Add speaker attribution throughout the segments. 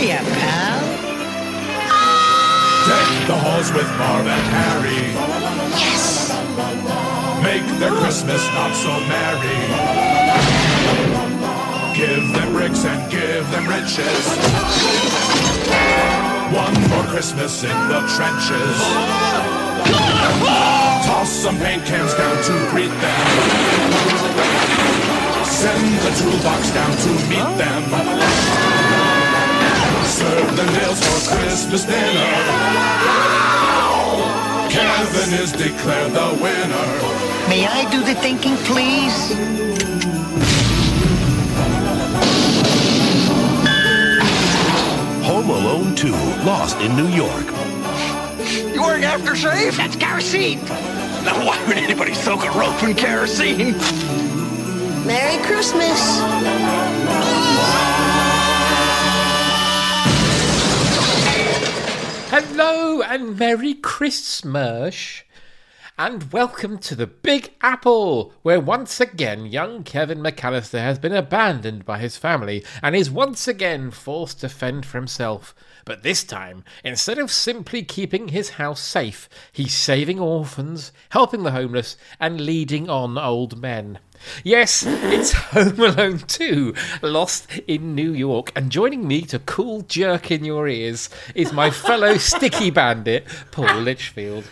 Speaker 1: pal?
Speaker 2: Deck the halls with Marv and Harry. Make their Christmas not so merry. Give them bricks and give them riches. One more Christmas in the trenches. Toss some paint cans down to greet them. Send the toolbox down to meet them. Serve them nails for Christmas dinner. Kevin is declared the winner.
Speaker 1: May I do the thinking, please?
Speaker 3: Home Alone 2, Lost in New York.
Speaker 4: You wearing aftershave?
Speaker 1: That's kerosene.
Speaker 4: Now, why would anybody soak a rope in kerosene?
Speaker 5: Merry Christmas.
Speaker 6: Hello and Merry Christmas. And welcome to the Big Apple, where once again young Kevin McAllister has been abandoned by his family and is once again forced to fend for himself. But this time, instead of simply keeping his house safe, he's saving orphans, helping the homeless, and leading on old men. Yes, it's Home Alone 2, Lost in New York. And joining me to cool jerk in your ears is my fellow sticky bandit, Paul Litchfield.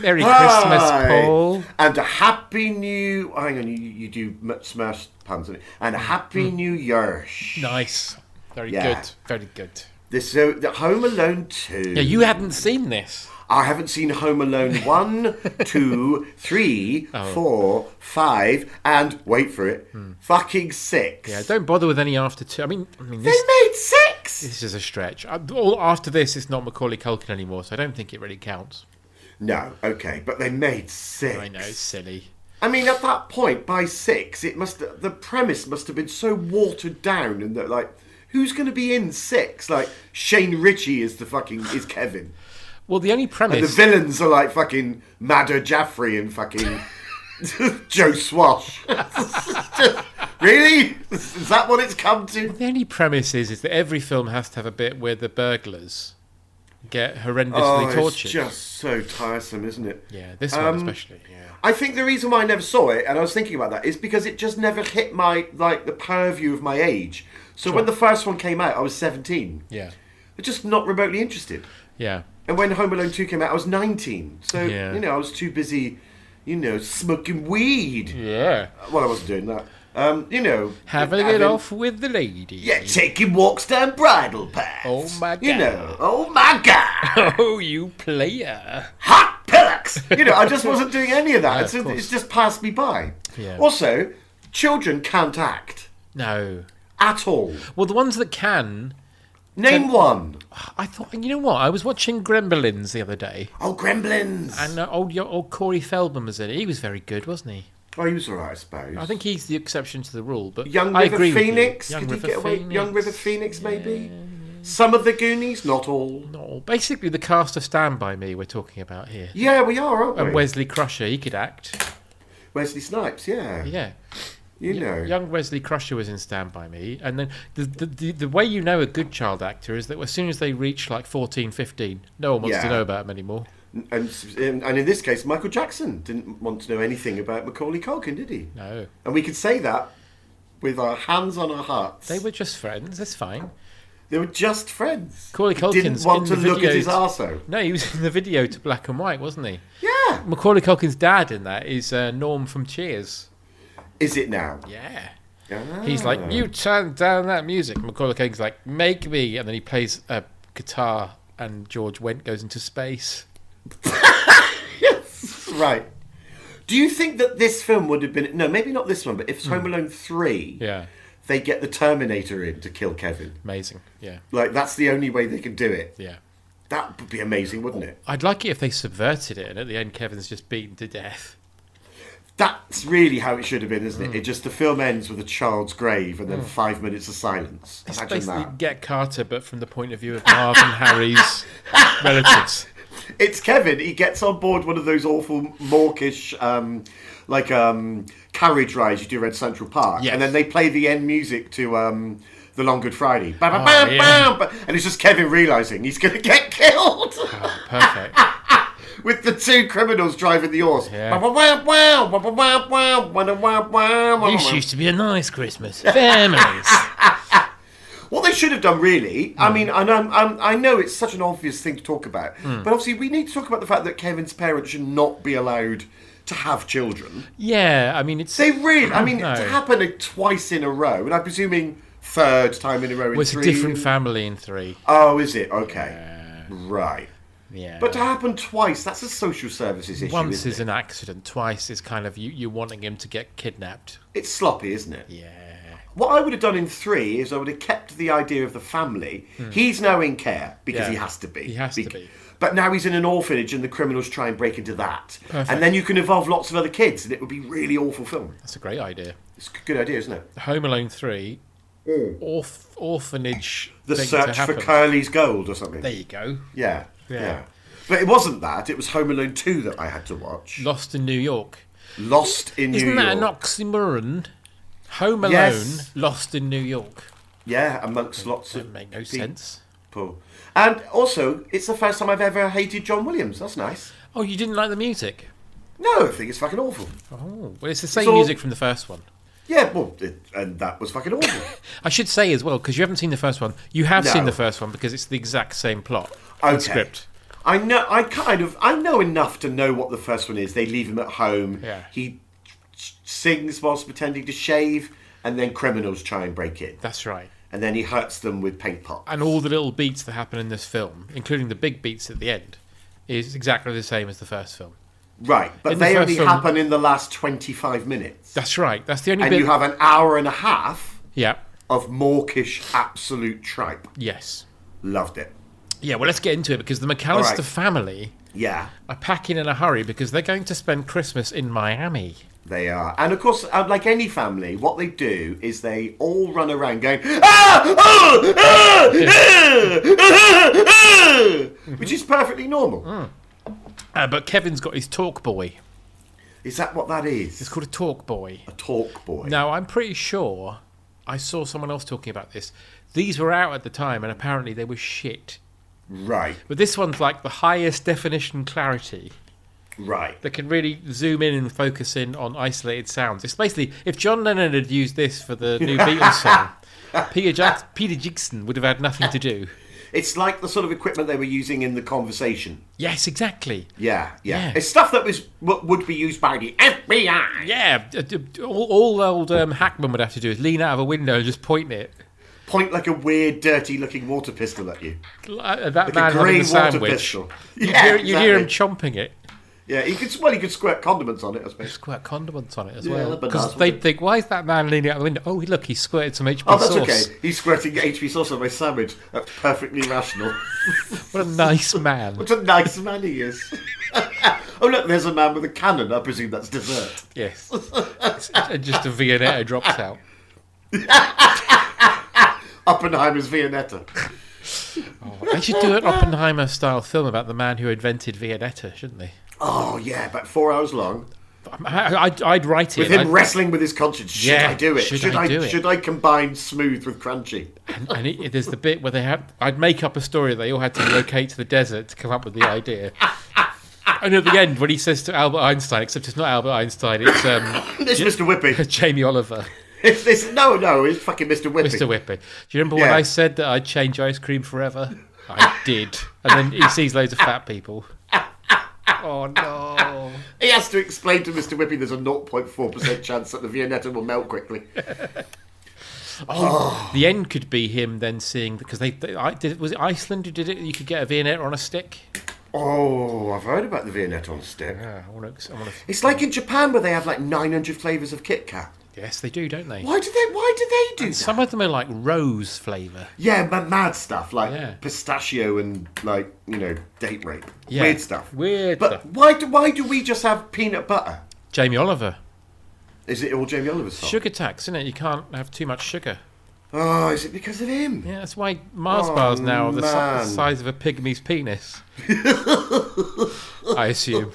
Speaker 6: Merry Christmas,
Speaker 7: Hi.
Speaker 6: Paul.
Speaker 7: And a happy new. Hang on, you, you do m- smash puns. don't you? And a happy
Speaker 6: Hmm.
Speaker 7: new year.
Speaker 6: Nice. Very
Speaker 7: Yeah.
Speaker 6: good. Very good.
Speaker 7: This uh, the Home Alone two.
Speaker 6: Yeah, you hadn't seen this.
Speaker 7: I haven't seen Home Alone one, two, three,
Speaker 6: Oh.
Speaker 7: four, five, and wait for it, fucking six.
Speaker 6: Hmm. Yeah, don't bother with any after two. I mean, I mean
Speaker 7: They
Speaker 6: this.
Speaker 7: made six.
Speaker 6: This is a stretch. Uh, All after this, it's not Macaulay Culkin anymore, so I don't think it really counts.
Speaker 7: No, okay, but they made six.
Speaker 6: I know, it's silly.
Speaker 7: I mean, at that point, by six, it must the premise must have been so watered down, and that like, who's going to be in six? Like Shane Ritchie is the fucking is Kevin,
Speaker 6: Well, the only
Speaker 7: and the
Speaker 6: premise.
Speaker 7: villains are like fucking Madder Jaffrey and fucking Joe Swash. really? Is that what it's come to?
Speaker 6: The only premise is, is that every film has to have a bit where the burglars get horrendously
Speaker 7: Oh, it's
Speaker 6: tortured.
Speaker 7: just um, so tiresome, isn't it?
Speaker 6: Yeah, this one especially. Yeah.
Speaker 7: I think the reason why I never saw it, and I was thinking about that, is because it just never hit my like the purview of my age. So when the first one came out, I was seventeen.
Speaker 6: Yeah.
Speaker 7: I'm just not remotely interested.
Speaker 6: Yeah.
Speaker 7: And when Home Alone 2 came out, I was 19. So,
Speaker 6: Yeah.
Speaker 7: you know, I was too busy, you know, smoking weed.
Speaker 6: Yeah.
Speaker 7: Well, I wasn't doing that. Um, you know.
Speaker 6: Having it off with the lady.
Speaker 7: Yeah, taking walks down bridle paths.
Speaker 6: Oh my
Speaker 7: You
Speaker 6: God.
Speaker 7: know, oh my God.
Speaker 6: Oh, you player.
Speaker 7: Hot pillocks. You know, I just wasn't doing any of that. it's,
Speaker 6: of course.
Speaker 7: it's just passed me by.
Speaker 6: Yeah.
Speaker 7: Also, children can't act
Speaker 6: No.
Speaker 7: at all.
Speaker 6: Well, the ones that can,
Speaker 7: Name one.
Speaker 6: I thought. You know what? I was watching Gremlins the other day,
Speaker 7: Oh, Gremlins.
Speaker 6: and uh, old your old Corey Feldman was in it. He was very good, wasn't he?
Speaker 7: oh, he was all right, I suppose.
Speaker 6: I think he's the exception to the rule. But
Speaker 7: Young
Speaker 6: I
Speaker 7: River
Speaker 6: agree with you.
Speaker 7: Phoenix.
Speaker 6: Young
Speaker 7: Could
Speaker 6: River
Speaker 7: you get away? Young
Speaker 6: Phoenix.
Speaker 7: River Phoenix, maybe. Some of the Goonies, not all.
Speaker 6: No, basically the cast of Stand by Me we're talking about here.
Speaker 7: Oh, Yeah, we are, aren't we?
Speaker 6: And Wesley Crusher, he could act.
Speaker 7: Wesley Snipes, yeah.
Speaker 6: Yeah.
Speaker 7: You know.
Speaker 6: Young Wesley Crusher was in Stand By Me. And then the, the, the, the way you know a good child actor is that as soon as they reach like 14, 15, no one wants to
Speaker 7: Yeah.
Speaker 6: know about them anymore.
Speaker 7: And, s- and in this case, Michael Jackson didn't want to know anything about Macaulay Culkin, did he?
Speaker 6: No.
Speaker 7: And we could say that with our hands on our hearts.
Speaker 6: They were just friends. That's fine.
Speaker 7: They were just friends.
Speaker 6: Macaulay
Speaker 7: He
Speaker 6: Culkin's
Speaker 7: didn't want
Speaker 6: in
Speaker 7: to
Speaker 6: the
Speaker 7: look at
Speaker 6: video
Speaker 7: his
Speaker 6: to-
Speaker 7: arsehole.
Speaker 6: No, he was in the video to Black and White, wasn't he?
Speaker 7: Yeah.
Speaker 6: Macaulay Culkin's dad in that is uh, Norm from Cheers.
Speaker 7: Is it now?
Speaker 6: Yeah.
Speaker 7: Ah.
Speaker 6: He's like, you turn down that music. Macaulay Culkin's like, make me. And then he plays a guitar and George Went goes into space.
Speaker 7: Right. Do you think that this film would have been. No, maybe not this one, but if it's Home Alone 3,
Speaker 6: Hmm. Yeah.
Speaker 7: they get the Terminator in to kill Kevin.
Speaker 6: Amazing. Yeah.
Speaker 7: Like that's the only way they can do it.
Speaker 6: Yeah.
Speaker 7: That would be amazing, wouldn't it?
Speaker 6: I'd like it if they subverted it and at the end Kevin's just beaten to death.
Speaker 7: That's really how it should have been,
Speaker 6: Hmm.
Speaker 7: isn't it? It just the film ends with a child's grave and then five minutes of silence.
Speaker 6: It's
Speaker 7: Imagine
Speaker 6: basically
Speaker 7: that.
Speaker 6: Get Carter, but from the point of view of Marv and Harry's relatives.
Speaker 7: It's Kevin. He gets on board one of those awful mawkish, um, like um, carriage rides you do around Central Park,
Speaker 6: Yes.
Speaker 7: and then they play the end music to um, the Long Good Friday. Bam, bam, bam,
Speaker 6: Oh, yeah.
Speaker 7: bam, bam. And it's just Kevin realizing he's going to get killed
Speaker 6: Perfect.
Speaker 7: with the two criminals driving the horse.
Speaker 6: Yeah.
Speaker 7: Wow, wow, wow, wow, wow, wow, wow, wow, wow, wow.
Speaker 6: this used to be a nice Christmas. Families.
Speaker 7: What they should have done, really,
Speaker 6: Hmm.
Speaker 7: I mean, and I'm, I'm, I know it's such an obvious thing to talk about,
Speaker 6: Hmm.
Speaker 7: but obviously we need to talk about the fact that Kevin's parents should not be allowed to have children.
Speaker 6: yeah, I mean, it's.
Speaker 7: They really, I mean,
Speaker 6: Oh, No.
Speaker 7: to happen a, twice in a row, and I'm presuming third time in a row in
Speaker 6: was
Speaker 7: three.
Speaker 6: a different family in three.
Speaker 7: oh, is it? Okay. Right.
Speaker 6: Yeah.
Speaker 7: But to happen twice, that's a social services issue.
Speaker 6: once
Speaker 7: isn't
Speaker 6: is
Speaker 7: it?
Speaker 6: an accident, twice is kind of you, you wanting him to get kidnapped.
Speaker 7: It's sloppy, isn't it?
Speaker 6: Yeah.
Speaker 7: What I would have done in three is I would have kept the idea of the family. He's now in care
Speaker 6: Hmm.
Speaker 7: because
Speaker 6: Yeah.
Speaker 7: he has to be.
Speaker 6: He has to
Speaker 7: Bec-
Speaker 6: be.
Speaker 7: But now he's in an orphanage and the criminals try and break into that.
Speaker 6: Perfect.
Speaker 7: And then you can involve lots of other kids and it would be really awful film.
Speaker 6: That's a great idea.
Speaker 7: It's a good idea, isn't it?
Speaker 6: Home Alone 3, orph- orphanage.
Speaker 7: Mm. The
Speaker 6: thing to
Speaker 7: search for
Speaker 6: happen.
Speaker 7: Curly's gold or something.
Speaker 6: There you go.
Speaker 7: yeah,
Speaker 6: Yeah.
Speaker 7: yeah. But it wasn't that. It was Home Alone 2 that I had to watch.
Speaker 6: Lost in New York.
Speaker 7: Lost in
Speaker 6: Isn't
Speaker 7: New
Speaker 6: that
Speaker 7: York.
Speaker 6: an oxymoron? Home Alone,
Speaker 7: Yes.
Speaker 6: Lost in New York.
Speaker 7: Yeah, amongst lots
Speaker 6: That
Speaker 7: of
Speaker 6: make no
Speaker 7: people.
Speaker 6: sense.
Speaker 7: And also, it's the first time I've ever hated John Williams. That's nice.
Speaker 6: Oh, you didn't like the music?
Speaker 7: No, I think it's fucking awful.
Speaker 6: Oh, well, it's the same
Speaker 7: all-
Speaker 6: music from the first one.
Speaker 7: Yeah, well, it, and that was fucking awful.
Speaker 6: I should say as well, because you haven't seen the first one. You have seen
Speaker 7: No.
Speaker 6: the first one because it's the exact same plot
Speaker 7: Okay.
Speaker 6: and script.
Speaker 7: I know. I kind of. I know enough to know what the first one is. They leave him at home.
Speaker 6: Yeah.
Speaker 7: He s- sings whilst pretending to shave, and then criminals try and break in,
Speaker 6: That's right.
Speaker 7: and then he hurts them with paint pot.
Speaker 6: And all the little beats that happen in this film, including the big beats at the end, is exactly the same as the first film.
Speaker 7: Right, but
Speaker 6: In the
Speaker 7: they
Speaker 6: first
Speaker 7: only
Speaker 6: film-
Speaker 7: happen in the last twenty-five minutes,
Speaker 6: That's right. That's the only
Speaker 7: and
Speaker 6: bit.
Speaker 7: you have an hour and a half
Speaker 6: yeah.
Speaker 7: of mawkish absolute tripe.
Speaker 6: Yes.
Speaker 7: Loved it.
Speaker 6: Yeah. Well, let's get into it because the McAllister
Speaker 7: right.
Speaker 6: family
Speaker 7: Yeah.
Speaker 6: are packing in a hurry because they're going to spend Christmas in Miami.
Speaker 7: They are, and of course, uh, like any family, what they do is they all run around going ah, oh, ah, ah, ah, ah," which is perfectly normal.
Speaker 6: Mm. Uh, but Kevin's got his talk boy.
Speaker 7: Is that what that is?
Speaker 6: It's called a talk boy.
Speaker 7: a talk boy.
Speaker 6: Now, I'm pretty sure I saw someone else talking about this. These were out at the time, and apparently they were shit.
Speaker 7: Right,
Speaker 6: But this one's like the highest definition clarity
Speaker 7: right.
Speaker 6: that can really zoom in and focus in on isolated sounds. It's basically if John Lennon had used this for the new Beatles song, Peter, Jack- Peter Jackson would have had nothing to do.
Speaker 7: It's like the sort of equipment they were using in the conversation.
Speaker 6: Yes, exactly.
Speaker 7: Yeah, yeah.
Speaker 6: Yeah.
Speaker 7: It's stuff that was w- would be used by the FBI.
Speaker 6: Yeah, d- d- all, all old um, Hackman would have to do is lean out of a window and just point it.
Speaker 7: Point like a weird, dirty-looking water pistol at you.
Speaker 6: L- uh, That
Speaker 7: Like
Speaker 6: man
Speaker 7: a
Speaker 6: having a
Speaker 7: grey water
Speaker 6: sandwich.
Speaker 7: pistol.
Speaker 6: You'd,
Speaker 7: Yeah,
Speaker 6: hear, you'd hear him
Speaker 7: exactly.
Speaker 6: chomping it.
Speaker 7: Yeah, he could. Well, he could squirt condiments on it, I suppose.
Speaker 6: Squirt condiments on it as
Speaker 7: Yeah,
Speaker 6: well.
Speaker 7: but
Speaker 6: Because
Speaker 7: that's what
Speaker 6: they'd
Speaker 7: it-
Speaker 6: think, why is that man leaning out the window? Oh, look, he squirted some HP
Speaker 7: Oh, that's
Speaker 6: sauce.
Speaker 7: okay. He's squirting HP sauce on my sandwich. That's perfectly rational.
Speaker 6: What a nice man.
Speaker 7: what a nice man he is. oh, look, there's a man with a cannon. I presume that's dessert.
Speaker 6: yes. It's- it's just a Viennetta drops out.
Speaker 7: Oppenheimer's Viennetta.
Speaker 6: They should do an Oppenheimer style film about the man who invented Viennetta, shouldn't they?
Speaker 7: Oh, yeah, about four hours long.
Speaker 6: Um, I, I, I'd, I'd write it
Speaker 7: With him
Speaker 6: and, I'd-
Speaker 7: wrestling with his conscience. Should
Speaker 6: Yeah,
Speaker 7: I do it?
Speaker 6: should I do it?
Speaker 7: Should I combine smooth with crunchy?
Speaker 6: and, and it, there's the bit where they had. I'd make up a story they all had to relocate to the desert to come up with the idea. And at the end, when he says to Albert Einstein, except it's not Albert Einstein, it's um,
Speaker 7: It's Mr. Whippy.
Speaker 6: Jamie Oliver.
Speaker 7: It's this. No, no, it's fucking Mr. Whippy.
Speaker 6: Mr. Whippet. Do you remember when
Speaker 7: Yeah.
Speaker 6: I said that I'd change ice cream forever? I did. And then he sees loads of fat people. Oh no.
Speaker 7: He has to explain to Mr. Whippy there's a 0.4% chance that the Viennetta will melt quickly.
Speaker 6: The end could be him then seeing because they, they I, did, was it Iceland who did it? You could get a vignette on a stick.
Speaker 7: Oh, I've heard about the Viennetta on stick.
Speaker 6: Yeah, I want to. I want to.
Speaker 7: It's like in Japan where they have like 900 flavors of Kit Kat.
Speaker 6: Yes, they do, don't they?
Speaker 7: Why do they? Why do they do that?
Speaker 6: Some of them are like rose flavour.
Speaker 7: Yeah, ma- mad stuff like
Speaker 6: Yeah.
Speaker 7: pistachio and like you know date rape.
Speaker 6: Yeah.
Speaker 7: Weird stuff.
Speaker 6: Weird
Speaker 7: But
Speaker 6: stuff.
Speaker 7: why do why do we just have peanut butter?
Speaker 6: Jamie Oliver,
Speaker 7: Is it all Jamie Oliver's fault?
Speaker 6: sugar tax, isn't it? You can't have too much sugar.
Speaker 7: Oh, is it because of him?
Speaker 6: Yeah, that's why Mars
Speaker 7: Oh,
Speaker 6: bars now are the, si- the
Speaker 7: man.
Speaker 6: size of a pygmy's penis. I assume.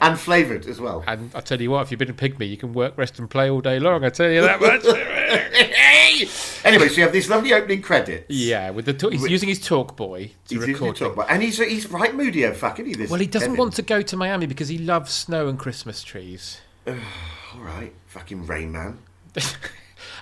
Speaker 7: And flavored as well.
Speaker 6: And I tell you what, if you've been a pygmy, you can work, rest, and play all day long. I tell you that much. me!
Speaker 7: Anyway, so you have this lovely opening credit.
Speaker 6: Yeah, with the talk, he's using his talk boy to record.
Speaker 7: talk about, and he's he's right moody, oh, fuck, isn't he? This
Speaker 6: Well, he doesn't
Speaker 7: Kevin?
Speaker 6: want to go to Miami because he loves snow and Christmas trees.
Speaker 7: All right, fucking Rain Man.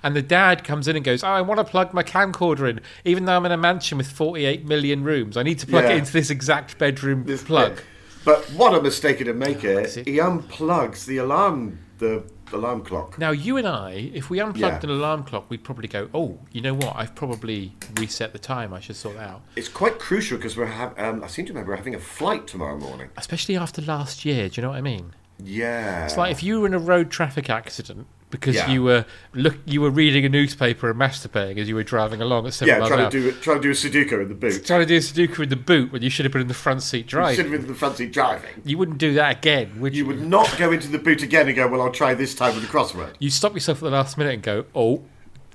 Speaker 6: And the dad comes in and goes, "Oh, I want to plug my camcorder in, even though I'm in a mansion with 48 million rooms. I need to plug
Speaker 7: Yeah.
Speaker 6: it into this exact bedroom
Speaker 7: This
Speaker 6: plug."
Speaker 7: bit. But what a mistake to make here.
Speaker 6: it.
Speaker 7: He unplugs the alarm, the alarm clock.
Speaker 6: Now, you and I, if we unplugged
Speaker 7: Yeah.
Speaker 6: an alarm clock, we'd probably go, "Oh, you know what? I've probably reset the time. I should sort that out."
Speaker 7: It's quite crucial because we're have, um, I seem to remember we're having a flight tomorrow morning.
Speaker 6: Especially after last year, do you know what I mean?
Speaker 7: Yeah.
Speaker 6: It's like if you were in a road traffic accident because
Speaker 7: Yeah.
Speaker 6: you were look you were reading a newspaper and masturbating as you were driving along at seven
Speaker 7: yeah,
Speaker 6: miles an
Speaker 7: trying
Speaker 6: hour.
Speaker 7: to do trying to do a Sudoku in the boot.
Speaker 6: trying to do Sudoku in the boot when you should have been in the front seat
Speaker 7: Should have
Speaker 6: driving.
Speaker 7: been the fancy driving.
Speaker 6: You wouldn't do that again, would you?
Speaker 7: You would not go into the boot again and go. Well, I'll try this time with the crossword.
Speaker 6: You stop yourself at the last minute and go, "Oh,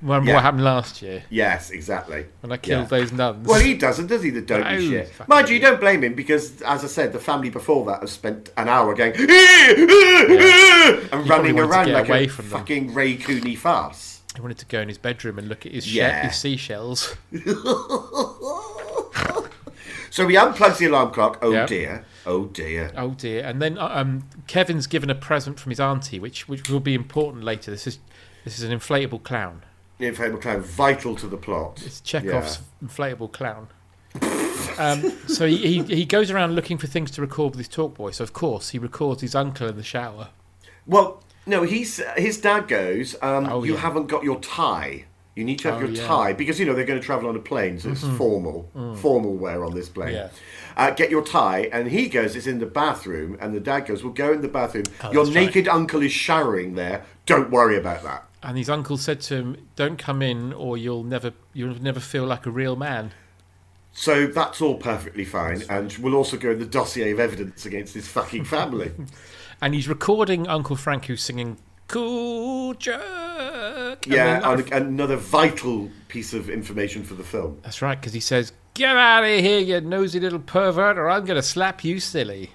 Speaker 6: remember
Speaker 7: Yeah.
Speaker 6: what happened last year
Speaker 7: Yes, exactly.
Speaker 6: when I killed
Speaker 7: Yeah.
Speaker 6: those nuns?"
Speaker 7: Well, he doesn't, does he? The dopey
Speaker 6: No,
Speaker 7: shit.
Speaker 6: fucking
Speaker 7: Mind you, you don't blame him because, as I said, the family before that have spent an hour going "Eh, eh, eh," and
Speaker 6: probably wanted
Speaker 7: running
Speaker 6: to
Speaker 7: around
Speaker 6: get
Speaker 7: like
Speaker 6: away
Speaker 7: a
Speaker 6: from them.
Speaker 7: fucking Ray Cooney farce.
Speaker 6: He wanted to go in his bedroom and look at his,
Speaker 7: Yeah.
Speaker 6: she- his seashells.
Speaker 7: So he unplugs the alarm clock. Oh
Speaker 6: Yeah.
Speaker 7: dear. Oh dear.
Speaker 6: Oh dear! And then uh, um, Kevin's given a present from his auntie, which which will be important later. This is this is an inflatable clown.
Speaker 7: The inflatable clown, vital to the plot.
Speaker 6: It's Chekhov's inflatable clown. um, so he, he, he goes around looking for things to record with his talk boy. So of course he records his uncle in the shower.
Speaker 7: Well, no, he's his dad goes. Um,
Speaker 6: Oh,
Speaker 7: you
Speaker 6: yeah.
Speaker 7: haven't got your tie. You need to have
Speaker 6: Oh,
Speaker 7: your
Speaker 6: yeah. Mm-hmm. Mm.
Speaker 7: tie because you know they're going to travel on a plane, so it's formal, formal wear on this plane.
Speaker 6: Yeah.
Speaker 7: Uh, get your tie, and he goes. It's in the bathroom, and the dad goes. Well, go in the bathroom.
Speaker 6: Oh,
Speaker 7: your
Speaker 6: that's right.
Speaker 7: naked uncle is showering there. Don't worry about that.
Speaker 6: And his uncle said to him, "Don't come in, or you'll never you'll never feel like a real man."
Speaker 7: So that's all perfectly fine, and we'll also go in the dossier of evidence against his fucking family.
Speaker 6: And he's recording Uncle Frank who's singing "Cool Jerk." And then-
Speaker 7: yeah, and another vital piece of information for the film.
Speaker 6: that's right, because he says, "Get out of here, you nosy little pervert, or I'm going to slap you silly."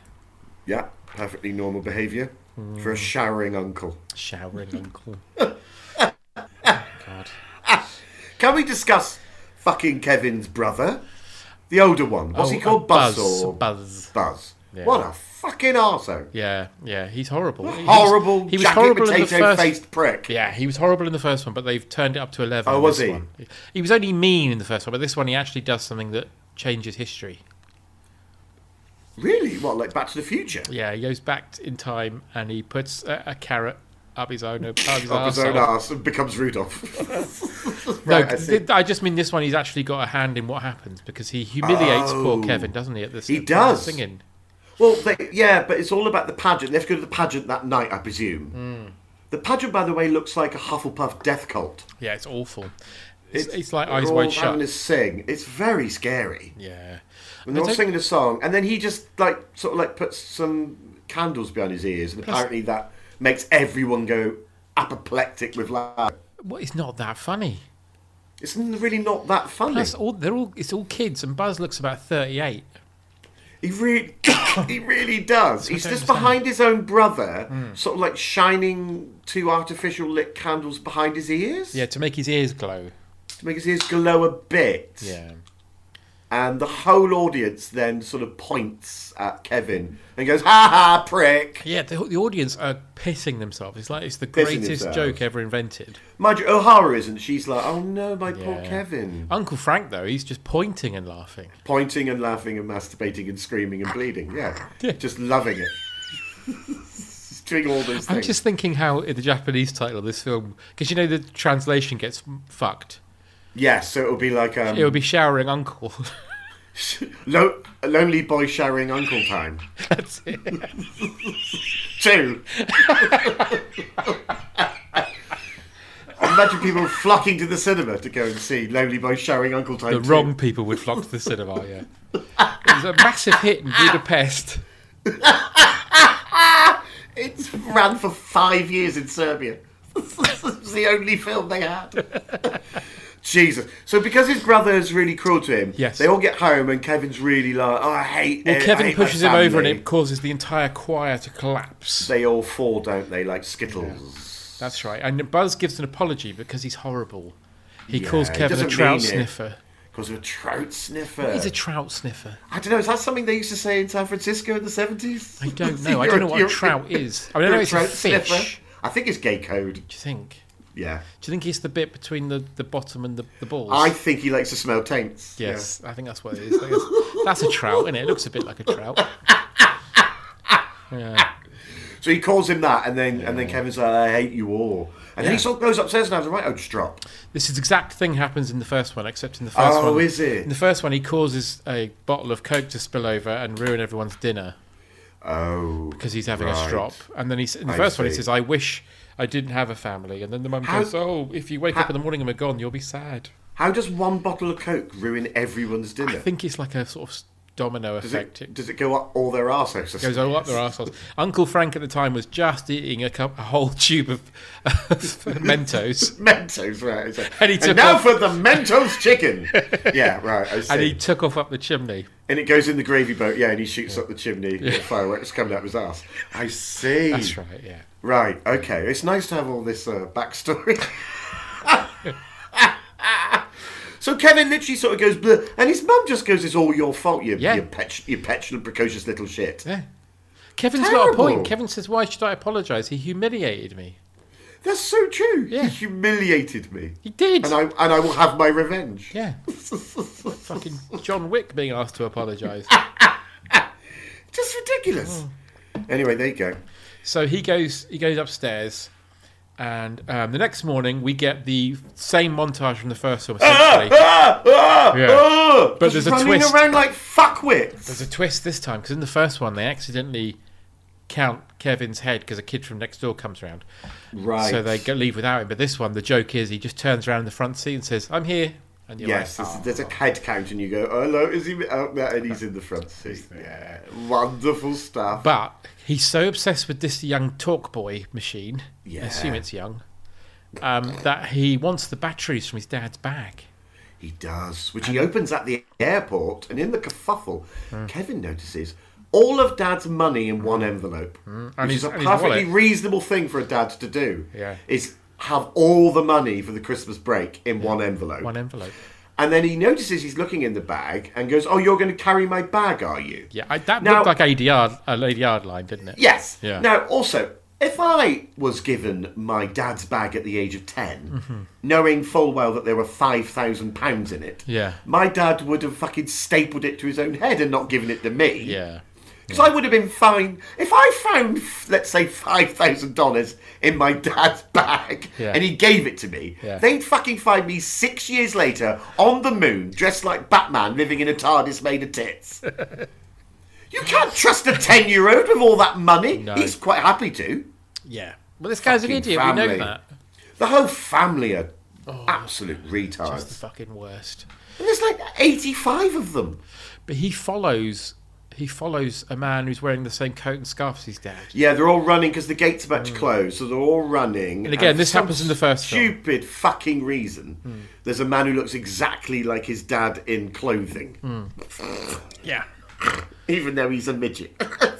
Speaker 7: Yeah, perfectly normal behaviour for a showering uncle.
Speaker 6: Showering uncle. God.
Speaker 7: Can we discuss fucking Kevin's brother? The older one. What's
Speaker 6: Oh,
Speaker 7: he called?
Speaker 6: uh,
Speaker 7: Buzz,
Speaker 6: Buzz,
Speaker 7: or
Speaker 6: Buzz.
Speaker 7: Buzz.
Speaker 6: Yeah.
Speaker 7: What a fucking arsehole.
Speaker 6: Yeah, yeah, he's horrible. He was-
Speaker 7: Horrible jacket potato
Speaker 6: first.
Speaker 7: faced prick.
Speaker 6: Yeah, he was horrible in the first one, but they've turned it up to eleven.
Speaker 7: Oh,
Speaker 6: in
Speaker 7: was
Speaker 6: this
Speaker 7: he?
Speaker 6: One. He was only mean in the first one, but this one he actually does something that changes history.
Speaker 7: Really? What, like Back to the Future?
Speaker 6: Yeah, he goes back t- in time and he puts a, a carrot up his own up his,
Speaker 7: Up his own
Speaker 6: arsehole.
Speaker 7: arse and becomes Rudolph.
Speaker 6: No,
Speaker 7: Right, I see.
Speaker 6: th- I just mean this one. He's actually got a hand in what happens because he humiliates
Speaker 7: Oh.
Speaker 6: poor Kevin, doesn't he? At this,
Speaker 7: He
Speaker 6: at the
Speaker 7: does.
Speaker 6: singing.
Speaker 7: well, they, yeah, but it's all about the pageant. They have to go to the pageant that night, I presume.
Speaker 6: Hmm.
Speaker 7: The pageant, by the way, looks like a Hufflepuff death cult.
Speaker 6: Yeah, it's awful. It's, it's like
Speaker 7: They're
Speaker 6: eyes
Speaker 7: all
Speaker 6: wide
Speaker 7: having
Speaker 6: shut.
Speaker 7: to sing. It's very scary.
Speaker 6: Yeah.
Speaker 7: And
Speaker 6: I
Speaker 7: they're all
Speaker 6: don't-
Speaker 7: singing a song, and then he just like sort of like puts some candles behind his ears, and apparently that makes everyone go apoplectic with laughter.
Speaker 6: Well, it's not that funny.
Speaker 7: It's n- really not that funny.
Speaker 6: Plus, all they're all it's all kids, and Buzz looks about thirty-eight.
Speaker 7: he really, he really does. He's
Speaker 6: I
Speaker 7: just
Speaker 6: don't
Speaker 7: behind his own brother,
Speaker 6: Hmm.
Speaker 7: sort of like shining two artificial lit candles behind his ears
Speaker 6: Yeah, to make his ears glow.
Speaker 7: to make his ears glow a bit.
Speaker 6: Yeah.
Speaker 7: And the whole audience then sort of points at Kevin and goes, "Ha ha, prick."
Speaker 6: Yeah, the, the audience are pissing themselves. It's like it's the
Speaker 7: Pissing
Speaker 6: greatest
Speaker 7: themselves.
Speaker 6: joke ever invented.
Speaker 7: Mind you, O'Hara isn't. She's like, "Oh no, my poor
Speaker 6: Yeah.
Speaker 7: Kevin."
Speaker 6: Uncle Frank though, he's just pointing and laughing.
Speaker 7: pointing and laughing and masturbating and screaming and bleeding. Yeah, just loving it. Doing all those things.
Speaker 6: I'm just thinking how in the Japanese title of this film, because you know the translation gets m- fucked.
Speaker 7: Yeah, so it'll be like um,
Speaker 6: It would be showering uncle.
Speaker 7: lo- lonely boy showering uncle time.
Speaker 6: That's it.
Speaker 7: Two. Imagine people flocking to the cinema to go and see Lonely Boy Showering Uncle Time.
Speaker 6: The
Speaker 7: 2.
Speaker 6: wrong people would flock to the cinema. Yeah. It was a massive hit in Budapest.
Speaker 7: It ran for five years in Serbia. it's the only film they had. Jesus. So because his brother is really cruel to him,
Speaker 6: Yes.
Speaker 7: they all get home and Kevin's really like, oh, I hate
Speaker 6: Well,
Speaker 7: it. I
Speaker 6: Kevin
Speaker 7: hate my
Speaker 6: pushes him over and
Speaker 7: family."
Speaker 6: it causes the entire choir to collapse.
Speaker 7: They all fall, don't they, like Skittles.
Speaker 6: That's right. And Buzz gives an apology because he's horrible. He calls
Speaker 7: he
Speaker 6: Kevin a
Speaker 7: doesn't
Speaker 6: trout
Speaker 7: mean it.
Speaker 6: sniffer.
Speaker 7: Because of a trout sniffer.
Speaker 6: He's a trout sniffer.
Speaker 7: I don't know. Is that something they used to say in San Francisco in the seventies?
Speaker 6: I don't know. I don't know what a trout is. I mean, I know it's a fish.
Speaker 7: I think it's gay code.
Speaker 6: Do you think?
Speaker 7: Yeah.
Speaker 6: Do you think it's the bit between the, the bottom and the, the balls?
Speaker 7: I think he likes to smell taints.
Speaker 6: yes, I think that's what it is. I guess- That's a trout, is it? It looks a bit like a trout.
Speaker 7: Yeah. So he calls him that, and then and then Kevin's like, "I hate you all," and then he
Speaker 6: Yeah.
Speaker 7: sort of goes upstairs and has a right oh, just drop.
Speaker 6: This is exact thing happens in the first one, except in the first one,
Speaker 7: Oh, is it?
Speaker 6: In the first one, he causes a bottle of Coke to spill over and ruin everyone's dinner
Speaker 7: Oh.
Speaker 6: because he's having a
Speaker 7: Right.
Speaker 6: strop. And then he, s- in the
Speaker 7: I
Speaker 6: first one, he
Speaker 7: see.
Speaker 6: says, "I wish I didn't have a family." And then the mum
Speaker 7: How-
Speaker 6: goes, "Oh, if you wake
Speaker 7: how-
Speaker 6: up in the morning and we're gone, you'll be sad."
Speaker 7: How does one bottle of Coke ruin everyone's dinner?
Speaker 6: I think it's like a sort of s- domino
Speaker 7: does
Speaker 6: effect.
Speaker 7: it, does it go up all their arseholes?
Speaker 6: goes all up their assholes. Uncle Frank at the time was just eating a, cup, a whole tube of Mentos,
Speaker 7: Mentos, right? it's like,
Speaker 6: And he took
Speaker 7: now
Speaker 6: off-
Speaker 7: for the Mentos chicken. yeah, right. I see.
Speaker 6: and he took off up the chimney.
Speaker 7: And it goes in the gravy boat, yeah, and he shoots up the chimney, the fireworks coming out of his ass. I see.
Speaker 6: That's right, yeah.
Speaker 7: Right, okay. It's nice to have all this uh, backstory. so Kevin literally sort of goes, Bleh, and his mum just goes, it's all your fault, you,
Speaker 6: Yeah.
Speaker 7: you, pet- you petulant, precocious little shit.
Speaker 6: Yeah. Kevin's got a
Speaker 7: Terrible.
Speaker 6: point. Kevin says, "Why should I apologise? He humiliated me.
Speaker 7: That's so true.
Speaker 6: Yeah.
Speaker 7: He humiliated me.
Speaker 6: He did.
Speaker 7: And I, and I will have my revenge.
Speaker 6: yeah. Fucking John Wick being asked to apologise.
Speaker 7: Just ridiculous.
Speaker 6: Oh.
Speaker 7: Anyway, there you go.
Speaker 6: so he goes. He goes upstairs, and um, the next morning we get the same montage from the first film. Essentially.
Speaker 7: Ah, ah,
Speaker 6: Yeah.
Speaker 7: ah,
Speaker 6: But there's
Speaker 7: just
Speaker 6: a
Speaker 7: running
Speaker 6: twist.
Speaker 7: around like fuckwits.
Speaker 6: There's a twist this time because in the first one they accidentally count Kevin's head because a kid from next door comes round.
Speaker 7: Right.
Speaker 6: So they go, leave without him. But this one, the joke is he just turns around in the front seat and says, "I'm here." And you're
Speaker 7: Yes,
Speaker 6: like,
Speaker 7: there's, there's a head count, and you go, "Oh, hello, is he out there?" And he's in the front seat. Yeah, wonderful stuff.
Speaker 6: But he's so obsessed with this young talk boy machine, I assume
Speaker 7: Yeah.
Speaker 6: it's young, um, that he wants the batteries from his dad's bag.
Speaker 7: he does, which he opens at the airport, and in the kerfuffle, Kevin notices all of Dad's money in one envelope,
Speaker 6: Hmm. and
Speaker 7: which
Speaker 6: his-
Speaker 7: is a
Speaker 6: and his wallet.
Speaker 7: perfectly reasonable thing for a dad to do.
Speaker 6: Yeah.
Speaker 7: is have all the money for the Christmas break in one envelope.
Speaker 6: One envelope.
Speaker 7: and then he notices he's looking in the bag and goes, "Oh, you're going to carry my bag, are you?"
Speaker 6: Yeah, I, that
Speaker 7: Now-
Speaker 6: looked like ADR, a ADR line, didn't it?
Speaker 7: Yes.
Speaker 6: Yeah.
Speaker 7: Now, also, if I was given my dad's bag at the age of 10,
Speaker 6: Mm-hmm.
Speaker 7: knowing full well that there were £5,000 in it,
Speaker 6: Yeah.
Speaker 7: my dad would have fucking stapled it to his own head and not given it to me.
Speaker 6: Yeah.
Speaker 7: Because I would have been fine. If I found, let's say, $5,000 in my dad's bag
Speaker 6: Yeah.
Speaker 7: and he gave it to me,
Speaker 6: Yeah.
Speaker 7: they'd fucking find me six years later on the moon, dressed like Batman, living in a TARDIS made of tits. you can't trust a 10 year old with all that money.
Speaker 6: No.
Speaker 7: He's quite happy to.
Speaker 6: Yeah. Well, this guy's an
Speaker 7: Fucking
Speaker 6: idiot. We know
Speaker 7: family.
Speaker 6: that.
Speaker 7: The whole family are
Speaker 6: Oh.
Speaker 7: absolute retards.
Speaker 6: It's the fucking worst.
Speaker 7: And there's like 85 of them.
Speaker 6: But he follows. He follows a man who's wearing the same coat and scarf as his dad.
Speaker 7: Yeah, they're all running because the gate's about to close, so they're all running.
Speaker 6: Hmm. again,
Speaker 7: for
Speaker 6: this
Speaker 7: some
Speaker 6: happens in the first film. Hmm.
Speaker 7: Stupid fucking reason. There's a man who looks exactly like his dad in
Speaker 6: Hmm.
Speaker 7: clothing,
Speaker 6: Yeah.
Speaker 7: even though he's a midget.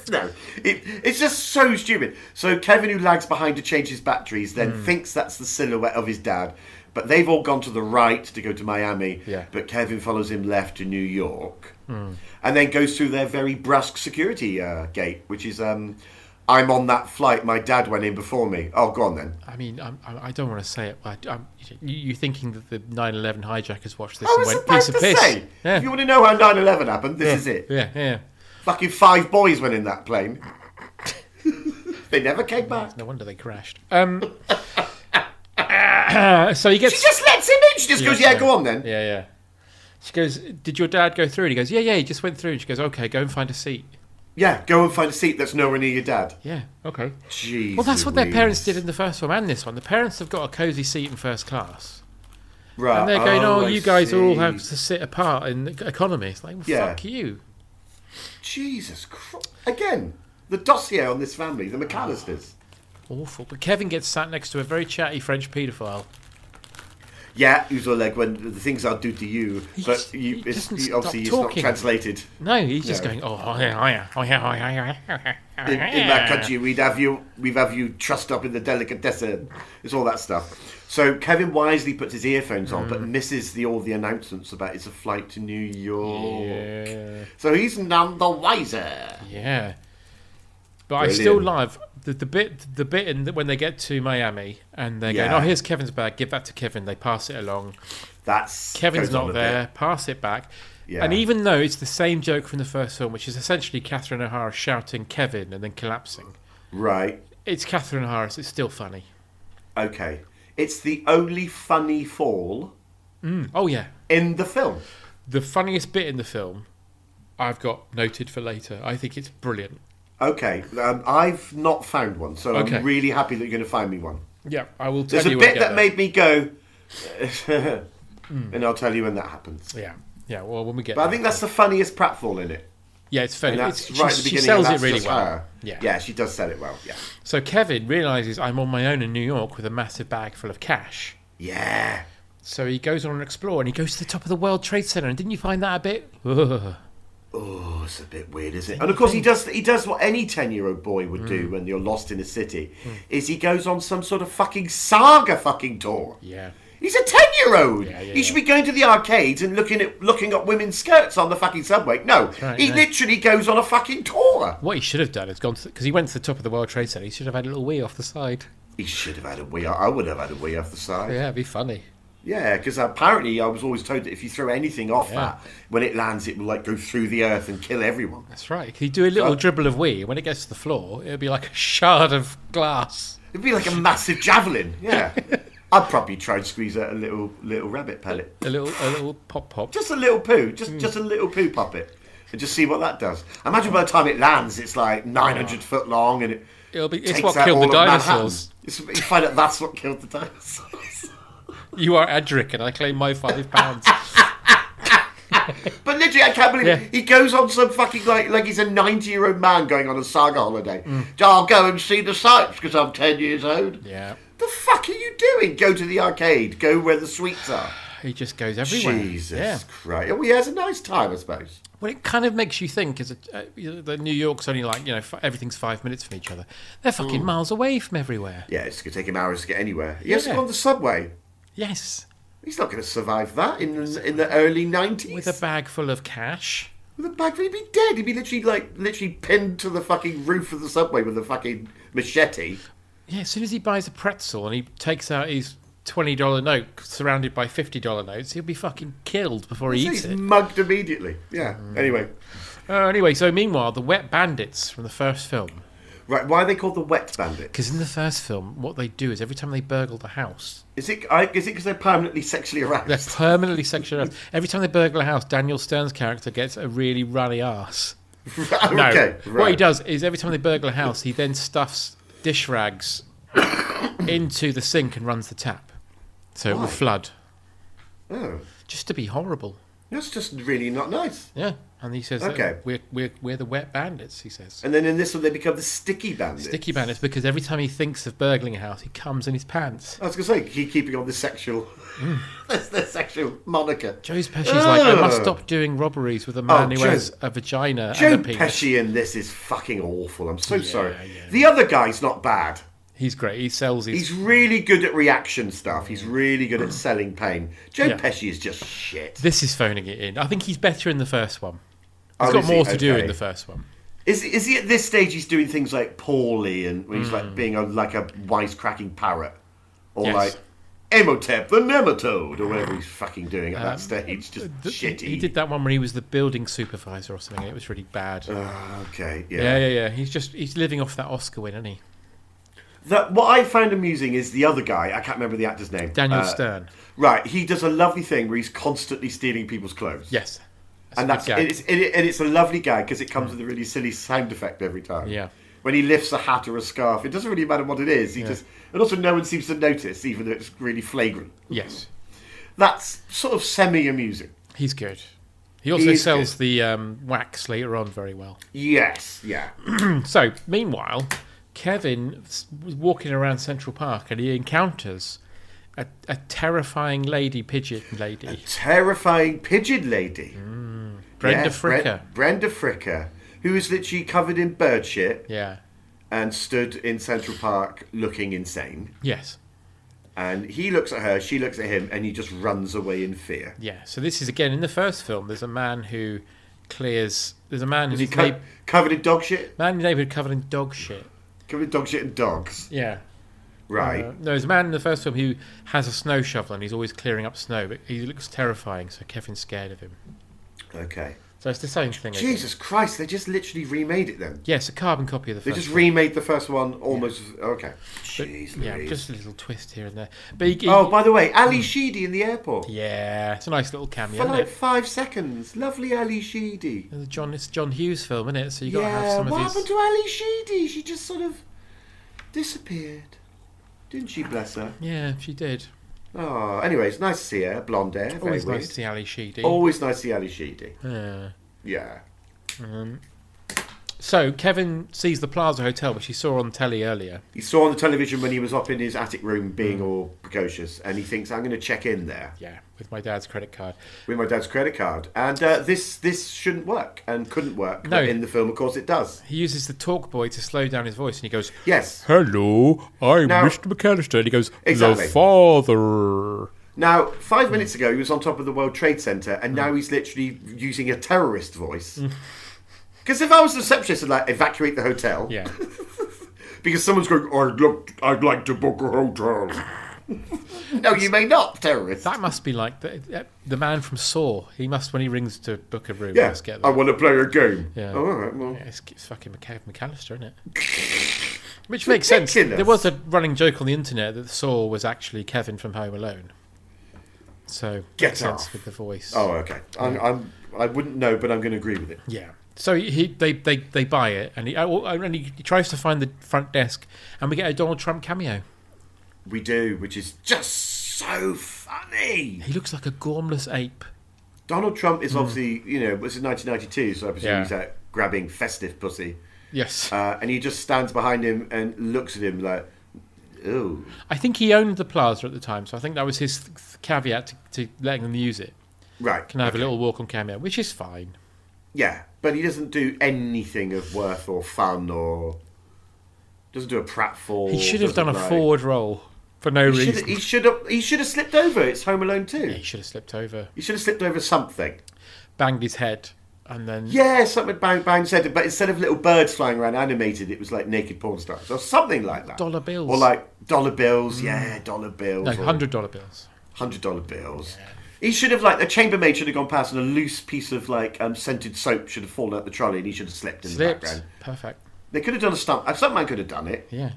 Speaker 7: no, it, it's just so stupid. So Kevin, who lags behind to change his batteries, then
Speaker 6: Hmm.
Speaker 7: thinks that's the silhouette of his dad. But they've all gone to the right to go to Miami.
Speaker 6: Yeah. Hmm.
Speaker 7: But Kevin follows him left to New York, and then goes through their very brusque security uh, gate, which is. Um, I'm on that flight. My dad went in before me. Oh, go on then.
Speaker 6: I mean, I'm, I'm, I don't want to say it. But I, am you, you're thinking that the 9/11 hijackers watched this
Speaker 7: I
Speaker 6: and
Speaker 7: was
Speaker 6: went
Speaker 7: about
Speaker 6: piece
Speaker 7: to
Speaker 6: of piss.
Speaker 7: say.
Speaker 6: yeah.
Speaker 7: If you want to know how 9 11 happened, this is it.
Speaker 6: Yeah, yeah.
Speaker 7: Fucking five boys went in that plane. they never came back.
Speaker 6: No wonder they crashed. Um, uh, so he
Speaker 7: She
Speaker 6: gets.
Speaker 7: just lets him in. She just goes, yeah, go on then.
Speaker 6: Yeah, yeah. She goes, "Did your dad go through?" And he goes, "Yeah, yeah. He just went through." And she goes, "Okay, go and find a seat."
Speaker 7: Yeah, go and find a seat that's nowhere near your dad.
Speaker 6: Yeah, okay.
Speaker 7: Jeez.
Speaker 6: Well, that's what their
Speaker 7: Louise.
Speaker 6: parents did in the first one and this one. The parents have got a cozy seat in first class,
Speaker 7: Right.
Speaker 6: and they're going, "Oh,
Speaker 7: Uh, I
Speaker 6: you guys all
Speaker 7: see.
Speaker 6: have to sit apart in the economy." It's like, well,
Speaker 7: Yeah.
Speaker 6: fuck you.
Speaker 7: Jesus Christ. Again, the dossier on this family, the McAllisters.
Speaker 6: Awful. But Kevin gets sat next to a very chatty French paedophile.
Speaker 7: yeah, Uzorleg, when the things I'll do to you, but
Speaker 6: just-
Speaker 7: you,
Speaker 6: he
Speaker 7: it's,
Speaker 6: doesn't
Speaker 7: you-
Speaker 6: stop
Speaker 7: obviously it's not
Speaker 6: talking.
Speaker 7: translated.
Speaker 6: No, he's just
Speaker 7: No.
Speaker 6: going, oh, oh, yeah, oh, yeah, oh, yeah, oh, yeah, oh, yeah.
Speaker 7: In, in that country, we'd have you, we'd have you trussed up in the delicatessen. It's all that stuff. So Kevin wisely puts his earphones on,
Speaker 6: Hmm.
Speaker 7: but misses the all the announcements about it's a flight to New York.
Speaker 6: Yeah.
Speaker 7: So he's none the wiser.
Speaker 6: Yeah. But I still
Speaker 7: Brilliant.
Speaker 6: love the, the bit the bit in the, when they get to Miami and they're
Speaker 7: Yeah.
Speaker 6: going, oh, here's Kevin's bag. Give that to Kevin. They pass it along.
Speaker 7: That's
Speaker 6: Kevin's
Speaker 7: goes on a
Speaker 6: not
Speaker 7: bit.
Speaker 6: there. Pass it back.
Speaker 7: Yeah.
Speaker 6: And even though it's the same joke from the first film, which is essentially Catherine O'Hara shouting Kevin and then collapsing,
Speaker 7: right?
Speaker 6: it's Catherine O'Hara. So it's still funny.
Speaker 7: Okay, it's the only funny fall Hmm.
Speaker 6: Oh yeah,
Speaker 7: in the film.
Speaker 6: the funniest bit in the film, I've got noted for later. I think it's brilliant.
Speaker 7: Okay, um, I've not found one, so
Speaker 6: Okay.
Speaker 7: I'm really happy that you're going to find me one.
Speaker 6: Yeah, I will tell
Speaker 7: There's a
Speaker 6: you. when I
Speaker 7: bit
Speaker 6: get there. Hmm.
Speaker 7: that made me go, and I'll tell you when that happens.
Speaker 6: Yeah, yeah. Well, when we get.
Speaker 7: But I
Speaker 6: there.
Speaker 7: think that's the funniest pratfall in it.
Speaker 6: yeah, it's fair.
Speaker 7: And
Speaker 6: It's,
Speaker 7: that's
Speaker 6: she,
Speaker 7: right at the
Speaker 6: she
Speaker 7: beginning.
Speaker 6: sells
Speaker 7: and that's
Speaker 6: it really
Speaker 7: just
Speaker 6: well.
Speaker 7: her.
Speaker 6: Yeah.
Speaker 7: yeah, she does sell it well. Yeah,
Speaker 6: So Kevin realizes I'm on my own in New York with a massive bag full of cash.
Speaker 7: yeah.
Speaker 6: So he goes on an explore and he goes to the top of the World Trade Center. And didn't you find that a bit? Ugh.
Speaker 7: Oh, it's a bit weird, isn't it? And of course, he does. He does what any ten-year-old boy would
Speaker 6: Mm.
Speaker 7: do when you're lost in a city: is he goes on some sort of fucking saga fucking tour.
Speaker 6: Yeah.
Speaker 7: He's a ten-year-old.
Speaker 6: Yeah, yeah,
Speaker 7: he should
Speaker 6: yeah.
Speaker 7: be going to the arcades and looking at looking at women's skirts on the fucking subway. No,
Speaker 6: right,
Speaker 7: he
Speaker 6: yeah.
Speaker 7: literally goes on a fucking tour.
Speaker 6: What he should have done is gone because he went to the top of the World Trade Center. He should have had a little wee off the side.
Speaker 7: He should have had a wee. I would have had a wee off the side.
Speaker 6: Yeah, it'd be funny.
Speaker 7: Yeah, because apparently I was always told that if you throw anything off
Speaker 6: Yeah.
Speaker 7: that, when it lands, it will like go through the earth and kill everyone.
Speaker 6: That's right. He'd do a little
Speaker 7: So-
Speaker 6: dribble of wee. When it gets to the floor, it'd be like a shard of glass.
Speaker 7: It'd be like a massive javelin. Yeah, I'd probably try and squeeze out a little little rabbit pellet,
Speaker 6: A little, a little pop pop.
Speaker 7: just a little poo, just
Speaker 6: Hmm.
Speaker 7: just a little poo puppet, and just see what that does. Imagine by the time it lands, it's like 900 foot long, and it
Speaker 6: It'll be. It's
Speaker 7: takes
Speaker 6: what
Speaker 7: out
Speaker 6: killed
Speaker 7: all
Speaker 6: the
Speaker 7: of Manhattan.
Speaker 6: dinosaurs.
Speaker 7: It's, you find out that's what killed the dinosaurs.
Speaker 6: You are Adric, and I claim my five pounds.
Speaker 7: But literally, I can't believe
Speaker 6: Yeah.
Speaker 7: it. he goes on some fucking like like he's a ninety year old man going on a saga holiday. I'll go and see the sights because I'm ten years old.
Speaker 6: Mm. yeah.
Speaker 7: The fuck are you doing? Go to the arcade. Go where the sweets are.
Speaker 6: He just goes everywhere.
Speaker 7: Jesus
Speaker 6: Yeah.
Speaker 7: Christ! Well, he has a nice time, I suppose.
Speaker 6: Well, it kind of makes you think, as uh, you know, that New York's only like you know f- everything's five minutes from each other. They're fucking miles away from everywhere.
Speaker 7: Yeah, it's gonna take him hours to get anywhere. He has to
Speaker 6: Yeah.
Speaker 7: go on the subway.
Speaker 6: Yes,
Speaker 7: He's not gonna survive that in the, in the early nineties.
Speaker 6: with a bag full of cash.
Speaker 7: With a bag, he'd be dead. He'd be literally like literally pinned to the fucking roof of the subway with a fucking machete.
Speaker 6: Yeah, as soon as he buys a pretzel and he takes out his twenty dollar note, surrounded by fifty dollar notes, he'll be fucking killed before he eats
Speaker 7: He's
Speaker 6: it. Mm.
Speaker 7: mugged immediately. Yeah. Anyway.
Speaker 6: Uh, anyway, so meanwhile, the wet bandits from the first film,
Speaker 7: Right, why are they called the Wet Bandit?
Speaker 6: because in the first film, what they do is every time they burgle the house,
Speaker 7: Is it I, is it because they're permanently sexually aroused?
Speaker 6: they're permanently sexualized. every time they burgle a house, Daniel Stern's character gets a really runny ass.
Speaker 7: okay,
Speaker 6: No.
Speaker 7: right.
Speaker 6: What he does is every time they burgle a house, he then stuffs dish rags into the sink and runs the tap. So it will flood.
Speaker 7: Oh,
Speaker 6: Just to be horrible.
Speaker 7: that's just really not nice.
Speaker 6: Yeah. And he says,
Speaker 7: Okay.
Speaker 6: okay. we're, we're, we're the wet bandits, he says.
Speaker 7: And then in this one, they become the Sticky Bandit.
Speaker 6: Sticky bandits, because every time he thinks of burgling a house, he comes in his pants.
Speaker 7: I was going to say, keep keeping on the sexual.
Speaker 6: Mm.
Speaker 7: that's their sexual moniker.
Speaker 6: Joe's Pesci's like, I must
Speaker 7: Ugh. Oh,
Speaker 6: stop doing robberies with a man who
Speaker 7: Joe-
Speaker 6: has a vagina
Speaker 7: Joe
Speaker 6: and a penis.
Speaker 7: Pesci in this is fucking awful. I'm so sorry. The other guy's not bad.
Speaker 6: He's great. He sells his.
Speaker 7: He's really good at reaction stuff. He's really good at selling pain.
Speaker 6: Mm.
Speaker 7: Joe
Speaker 6: Yeah.
Speaker 7: Pesci is just shit.
Speaker 6: This is phoning it in. I think he's better in the first one. He's
Speaker 7: Oh,
Speaker 6: got
Speaker 7: is he?
Speaker 6: more to do
Speaker 7: Okay.
Speaker 6: in the first one.
Speaker 7: Is is he at this stage? He's doing things like poorly, and when he's like being a, like a wisecracking parrot, or
Speaker 6: Hmm. Yes.
Speaker 7: like Emotep the nematode, or whatever he's fucking doing at that stage. Just
Speaker 6: Th-
Speaker 7: shitty.
Speaker 6: Um, He did that one where he was the building supervisor or something. and It was really bad.
Speaker 7: Oh, Okay, yeah.
Speaker 6: yeah, yeah, yeah. He's just he's living off that Oscar win, isn't he?
Speaker 7: The- what I found amusing is the other guy. I can't remember the actor's name.
Speaker 6: Daniel
Speaker 7: Uh,
Speaker 6: Stern.
Speaker 7: Right, he does a lovely thing where he's constantly stealing people's clothes.
Speaker 6: Yes, a
Speaker 7: and
Speaker 6: good
Speaker 7: that's
Speaker 6: gag.
Speaker 7: it is, it, and it's a lovely guy because it comes with a really silly sound effect every time.
Speaker 6: Yeah.
Speaker 7: When he lifts a hat or a scarf, it doesn't really matter what it is. He just, and also no one seems to notice, even though it's really flagrant.
Speaker 6: yes.
Speaker 7: That's sort of semi-amusing.
Speaker 6: He's good. He also
Speaker 7: is
Speaker 6: sells the um, wax later on very well. Hmm.
Speaker 7: Yes, yeah.
Speaker 6: So meanwhile, Kevin s- was walking around Central Park and he encounters a, a terrifying lady pigeon lady,
Speaker 7: Terrifying pigeon lady.
Speaker 6: Brenda
Speaker 7: Yeah,
Speaker 6: Fricker.
Speaker 7: Bre- Brenda Fricker, who was literally covered in bird shit
Speaker 6: yeah.
Speaker 7: and stood in Central Park looking insane.
Speaker 6: Yes.
Speaker 7: And he looks at her, she looks at him, and he just runs away in fear.
Speaker 6: Yeah. So this is again in the first film. There's a man who clears. There's a man
Speaker 7: Is he
Speaker 6: who's
Speaker 7: co-
Speaker 6: neigh-
Speaker 7: covered in dog shit?
Speaker 6: man in the neighborhood covered in dog shit.
Speaker 7: Covered in dog shit and dogs.
Speaker 6: Yeah.
Speaker 7: Right.
Speaker 6: Uh, no, there's a man in the first film who has a snow shovel and he's always clearing up snow, but he looks terrifying, so Kevin's scared of him. Uh,
Speaker 7: okay.
Speaker 6: So it's the same thing. again.
Speaker 7: Jesus Christ, they just literally remade it then.
Speaker 6: Yes, a carbon copy of the
Speaker 7: They
Speaker 6: first.
Speaker 7: just
Speaker 6: one.
Speaker 7: remade the first one almost. Okay. Jeez
Speaker 6: yeah,
Speaker 7: Louise.
Speaker 6: just a little twist here and there. But he, he-
Speaker 7: Oh, by the way, Ali Sheedy in the airport.
Speaker 6: yeah, it's a nice little cameo.
Speaker 7: For
Speaker 6: Isn't
Speaker 7: like
Speaker 6: it?
Speaker 7: five seconds. Lovely Ali Sheedy.
Speaker 6: It's a John, it's a John Hughes film, isn't it? So you got to have
Speaker 7: Yeah,
Speaker 6: some
Speaker 7: what
Speaker 6: of
Speaker 7: happened
Speaker 6: these.
Speaker 7: to Ali Sheedy? She just sort of disappeared. Didn't she, bless her?
Speaker 6: Yeah, she did.
Speaker 7: Oh, anyways, nice to see her. Blonde hair. Very
Speaker 6: Always
Speaker 7: weird. Oh.
Speaker 6: nice to see Ali Sheedy.
Speaker 7: Always nice to see Ali Sheedy.
Speaker 6: Yeah.
Speaker 7: Yeah.
Speaker 6: So Kevin sees the Plaza Hotel, which he saw on telly earlier.
Speaker 7: He saw on the television when he was up in his attic room being
Speaker 6: Hmm.
Speaker 7: all precocious, and he thinks, I'm going to check in there
Speaker 6: Yeah, with my dad's credit card.
Speaker 7: with my dad's credit card. And uh, this this shouldn't work and couldn't work.
Speaker 6: No.
Speaker 7: But in the film, of course, it does.
Speaker 6: He uses the talk boy to slow down his voice, and he goes,
Speaker 7: Yes.
Speaker 6: "Hello, I'm
Speaker 7: Now-
Speaker 6: Mr. McAllister." And he goes,
Speaker 7: Exactly.
Speaker 6: "The father."
Speaker 7: Now,
Speaker 6: Hmm.
Speaker 7: five minutes ago, he was on top of the World Trade Center, and now he's literally using a terrorist voice. Because if I was the receptionist, I'd like evacuate the hotel.
Speaker 6: Yeah,
Speaker 7: Because someone's going, I'd, look, I'd like to book a hotel. no, you may not, terrorist.
Speaker 6: that must be like the uh, the man from Saw. He must when he rings to book a room.
Speaker 7: yeah,
Speaker 6: must get
Speaker 7: I
Speaker 6: there.
Speaker 7: want to play a game.
Speaker 6: Yeah.
Speaker 7: Oh, all right, well.
Speaker 6: Yeah, it's, it's fucking McCabe McAllister, isn't it? Which makes sense.
Speaker 7: Ridiculous.
Speaker 6: There was a running joke on the internet that Saw was actually Kevin from Home Alone. So
Speaker 7: Get
Speaker 6: makes sense
Speaker 7: off.
Speaker 6: with the voice.
Speaker 7: Oh, okay. I'm, I'm, I wouldn't know, but I'm going to agree with it.
Speaker 6: Yeah. So he they, they, they buy it and he oh, and he tries to find the front desk and we get a Donald Trump cameo.
Speaker 7: We do, which is just so funny.
Speaker 6: He looks like a gormless ape.
Speaker 7: Donald Trump is obviously, you know, this is 1992, so I presume
Speaker 6: Hmm. Yeah.
Speaker 7: he's out grabbing festive pussy.
Speaker 6: Yes.
Speaker 7: Uh, and he just stands behind him and looks at him like, ooh.
Speaker 6: I think he owned the plaza at the time, so I think that was his th- caveat to, to letting them use it.
Speaker 7: Right.
Speaker 6: Can I have a little walk on cameo, which is fine.
Speaker 7: Yeah, but he doesn't do anything of worth or fun or doesn't do a pratfall.
Speaker 6: He should have
Speaker 7: doesn't
Speaker 6: done a
Speaker 7: like-
Speaker 6: forward roll for no
Speaker 7: He
Speaker 6: reason.
Speaker 7: should, he should have. He should have slipped over. It's Home Alone too.
Speaker 6: He should have slipped over,
Speaker 7: He should have slipped over something.
Speaker 6: banged his head, and then
Speaker 7: Yeah, something bang bang said, but instead of little birds flying around animated, it was like naked porn stars or something like that.
Speaker 6: Dollar bills. Mm.
Speaker 7: or like dollar bills. Yeah, dollar bills.
Speaker 6: no
Speaker 7: or-
Speaker 6: hundred dollar bills.
Speaker 7: hundred dollar bills. He should have like a chambermaid should have gone past, and a loose piece of like um, scented soap should have fallen out the trolley, and he should have slept in the
Speaker 6: Slipped.
Speaker 7: background.
Speaker 6: Perfect.
Speaker 7: They could have done a stunt. uh, Stuntman could have done it,
Speaker 6: Yeah.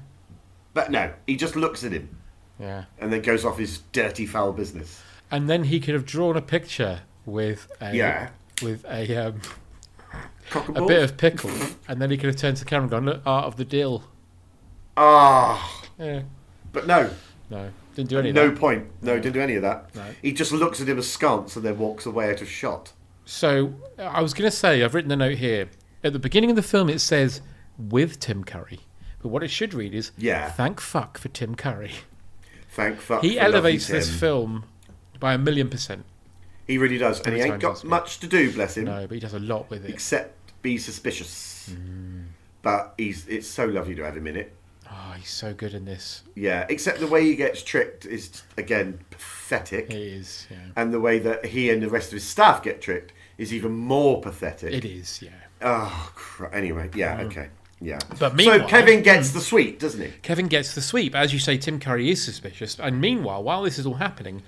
Speaker 7: but no. He just looks at him
Speaker 6: Yeah.
Speaker 7: and then goes off his dirty foul business.
Speaker 6: And then he could have drawn a picture with a
Speaker 7: Yeah.
Speaker 6: with a um,
Speaker 7: Cock and
Speaker 6: a
Speaker 7: balls.
Speaker 6: bit of pickle, and then he could have turned to the camera and gone, "Look, art of the deal."
Speaker 7: ah,
Speaker 6: Yeah.
Speaker 7: but no,
Speaker 6: No, didn't do any of
Speaker 7: no
Speaker 6: that.
Speaker 7: point. No, didn't do any of that.
Speaker 6: No.
Speaker 7: He just looks at him askance and then walks away out of shot.
Speaker 6: So uh, I was going to say, I've written a note here. At the beginning of the film, it says with Tim Curry, but what it should read is,
Speaker 7: Yeah.
Speaker 6: thank fuck for Tim Curry."
Speaker 7: Thank fuck.
Speaker 6: He
Speaker 7: for lovely
Speaker 6: elevates this
Speaker 7: Tim.
Speaker 6: film by a million percent.
Speaker 7: He really does, and he
Speaker 6: Every
Speaker 7: ain't
Speaker 6: time
Speaker 7: got
Speaker 6: he's on
Speaker 7: much to do. Bless him.
Speaker 6: No, but he does a lot with it.
Speaker 7: except be suspicious.
Speaker 6: Mm.
Speaker 7: But he's it's so lovely to have him in it.
Speaker 6: Oh, he's so good in this.
Speaker 7: Yeah, except the way he gets tricked is again pathetic,
Speaker 6: It is, yeah.
Speaker 7: and the way that he and the rest of his staff get tricked is even more pathetic.
Speaker 6: It is, yeah.
Speaker 7: Oh, cr- anyway, yeah, okay, yeah.
Speaker 6: But
Speaker 7: so
Speaker 6: meanwhile- Mm.
Speaker 7: Kevin gets the sweet, doesn't he?
Speaker 6: Kevin gets the sweep. As you say, Tim Curry is suspicious. And meanwhile, while this is all happening,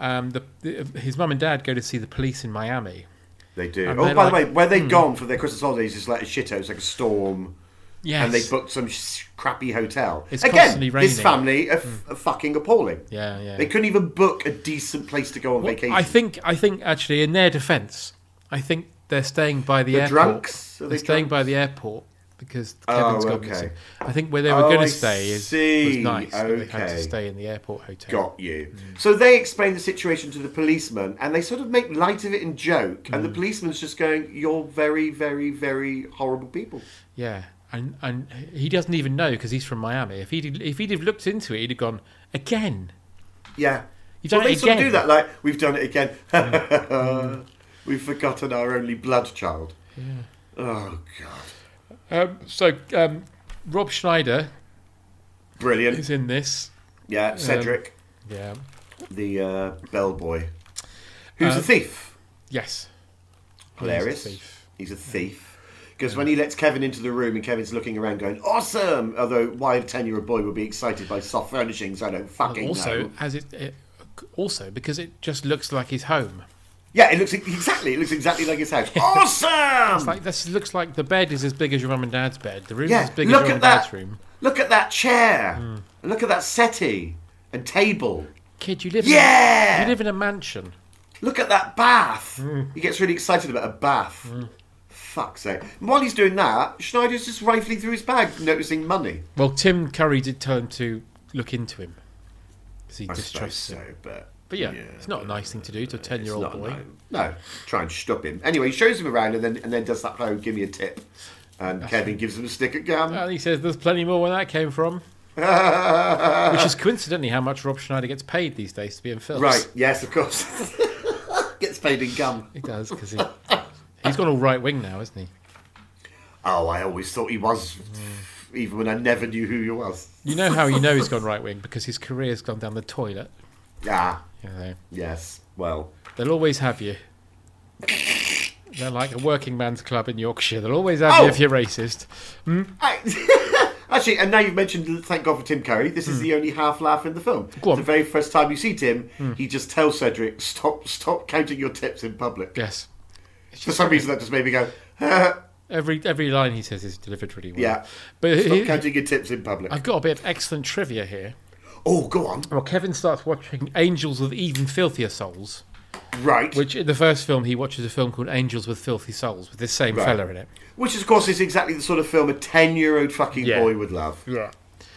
Speaker 6: um, the, the, his mum and dad go to see the police in Miami.
Speaker 7: They do.
Speaker 6: And
Speaker 7: oh, by
Speaker 6: they're
Speaker 7: the way,
Speaker 6: like- mm.
Speaker 7: where they've gone for their Christmas holidays is like a shit It's like a storm.
Speaker 6: Yes.
Speaker 7: And they booked some sh- crappy hotel.
Speaker 6: It's
Speaker 7: Again,
Speaker 6: constantly
Speaker 7: this
Speaker 6: raining. Mm.
Speaker 7: family are, f- are fucking appalling.
Speaker 6: Yeah, yeah.
Speaker 7: They couldn't even book a decent place to go on
Speaker 6: Well,
Speaker 7: vacation.
Speaker 6: I think I think actually in their defence, I think they're staying by the
Speaker 7: They're
Speaker 6: airport.
Speaker 7: drunks? Are
Speaker 6: They're
Speaker 7: they
Speaker 6: staying
Speaker 7: drunks? Oh,
Speaker 6: by the airport because Kevin's gone
Speaker 7: okay.
Speaker 6: missing. I think where they were
Speaker 7: Oh,
Speaker 6: going
Speaker 7: I
Speaker 6: to stay is was
Speaker 7: see.
Speaker 6: nice. that They had
Speaker 7: Okay.
Speaker 6: to stay in the airport hotel.
Speaker 7: got you.
Speaker 6: Mm.
Speaker 7: So they explain the situation to the policeman, and they sort of make light of it and joke. And the
Speaker 6: Mm.
Speaker 7: policeman's just going, "You're very, very, very horrible people."
Speaker 6: Yeah, and and he doesn't even know because he's from Miami. If he'd if he'd have looked into it, he'd have gone again.
Speaker 7: Yeah.
Speaker 6: You've done
Speaker 7: well,
Speaker 6: it
Speaker 7: they sort of
Speaker 6: again.
Speaker 7: do that, like, we've done it again. we've forgotten our only blood child. Oh, God.
Speaker 6: Um, so um, Rob Schneider
Speaker 7: Brilliant.
Speaker 6: is in this. um,
Speaker 7: Yeah, Cedric,
Speaker 6: Yeah.
Speaker 7: the uh, bellboy. Who's a thief.
Speaker 6: Yes.
Speaker 7: Hilarious.
Speaker 6: He's Uh, a thief.
Speaker 7: He's a thief. Because when he lets Kevin into the room and Kevin's looking around going, awesome! Although, why a 10 year old boy would be excited by soft furnishings, I don't fucking
Speaker 6: Also,
Speaker 7: know.
Speaker 6: as it, it also because it just looks like his home.
Speaker 7: Yeah, it looks exactly, it looks exactly like his house. awesome!
Speaker 6: It's like this looks like the bed is as big as your mum and dad's bed. The room
Speaker 7: Yeah,
Speaker 6: is as big
Speaker 7: look
Speaker 6: as your Hmm.
Speaker 7: at
Speaker 6: mum and dad's
Speaker 7: that.
Speaker 6: room.
Speaker 7: Look at that chair. And look at that settee and table.
Speaker 6: Kid, you live. In a,
Speaker 7: Yeah!
Speaker 6: you live in a mansion.
Speaker 7: Look at that bath. He gets really excited about a bath. Fuck's sake. And while he's doing that, Schneider's just rifling through his bag, noticing money.
Speaker 6: Well, Tim Curry did tell him to look into him because he
Speaker 7: I suppose
Speaker 6: distrusts
Speaker 7: so,
Speaker 6: him.
Speaker 7: but.
Speaker 6: But yeah, it's not a nice thing to do to a ten-year-old
Speaker 7: not
Speaker 6: boy.
Speaker 7: no, no, try and stop him. Anyway, he shows him around and then and then does that whole give me a tip. And Kevin gives him a stick of gum.
Speaker 6: And he says there's plenty more where that came from. Which is coincidentally how much Rob Schneider gets paid these days to be in films.
Speaker 7: right, yes, of course. Gets paid in gum.
Speaker 6: He does, because he, he's gone all right wing now, isn't he?
Speaker 7: Oh, I always thought he was, even when I never knew who he was.
Speaker 6: You know how you know he's gone right wing? Because his career's gone down the toilet.
Speaker 7: Yeah.
Speaker 6: You know,
Speaker 7: Ah, Yes. Well.
Speaker 6: they'll always have you. They're like a working man's club in Yorkshire. They'll always have
Speaker 7: Oh.
Speaker 6: you if you're racist.
Speaker 7: I- Actually, and now you've mentioned, thank God for Tim Curry, this is the only half laugh in the film.
Speaker 6: Hmm. Go on. Hmm.
Speaker 7: The very first time you see Tim, he just tells Cedric, stop stop counting your tips in public.
Speaker 6: Yes.
Speaker 7: For some reason, that just made me go,
Speaker 6: Every every line he says is delivered really well.
Speaker 7: Yeah.
Speaker 6: But
Speaker 7: stop
Speaker 6: he-
Speaker 7: counting your tips in public.
Speaker 6: I've got a bit of excellent trivia here.
Speaker 7: Oh, go on.
Speaker 6: Well, Kevin starts watching Angels with Even Filthier Souls,
Speaker 7: Right. Which,
Speaker 6: which in the first film he watches a film called Angels with Filthy Souls with this same
Speaker 7: Right.
Speaker 6: fella in it.
Speaker 7: is, of course, is exactly the sort of film a 10 year old fucking
Speaker 6: Yeah.
Speaker 7: boy would love.
Speaker 6: Yeah.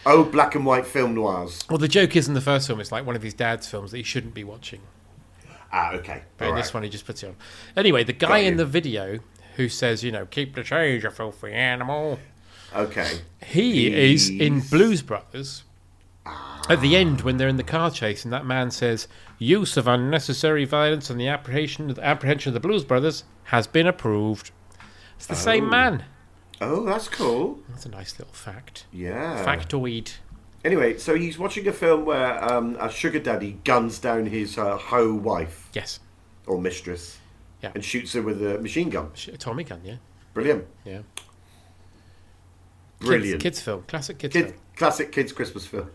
Speaker 7: Oh, black and white film noirs.
Speaker 6: Well, the joke is in the first film it's like one of his dad's films that he shouldn't be watching.
Speaker 7: Ah, okay.
Speaker 6: But
Speaker 7: All
Speaker 6: in
Speaker 7: right.
Speaker 6: this one, he just puts it on. Anyway, the guy in
Speaker 7: you.
Speaker 6: the video who says, you know, keep the change, you filthy animal,
Speaker 7: Okay.
Speaker 6: he is in
Speaker 7: He's-
Speaker 6: Blues Brothers. At the end, when they're in the car chase, and that man says, "Use of unnecessary violence and the apprehension, the apprehension of the Blues Brothers has been approved." It's the same man.
Speaker 7: Oh, that's cool.
Speaker 6: That's a nice little fact.
Speaker 7: Yeah.
Speaker 6: Factoid.
Speaker 7: Anyway, so he's watching a film where um, a sugar daddy guns down his uh, hoe wife
Speaker 6: Yes.
Speaker 7: or mistress
Speaker 6: Yeah.
Speaker 7: and shoots her with a machine gun.
Speaker 6: Sh- Tommy gun. Yeah.
Speaker 7: Brilliant.
Speaker 6: Yeah. Kids, Mm.
Speaker 7: Brilliant.
Speaker 6: kids film. Classic kids
Speaker 7: Kid-
Speaker 6: film.
Speaker 7: classic kids' Christmas film.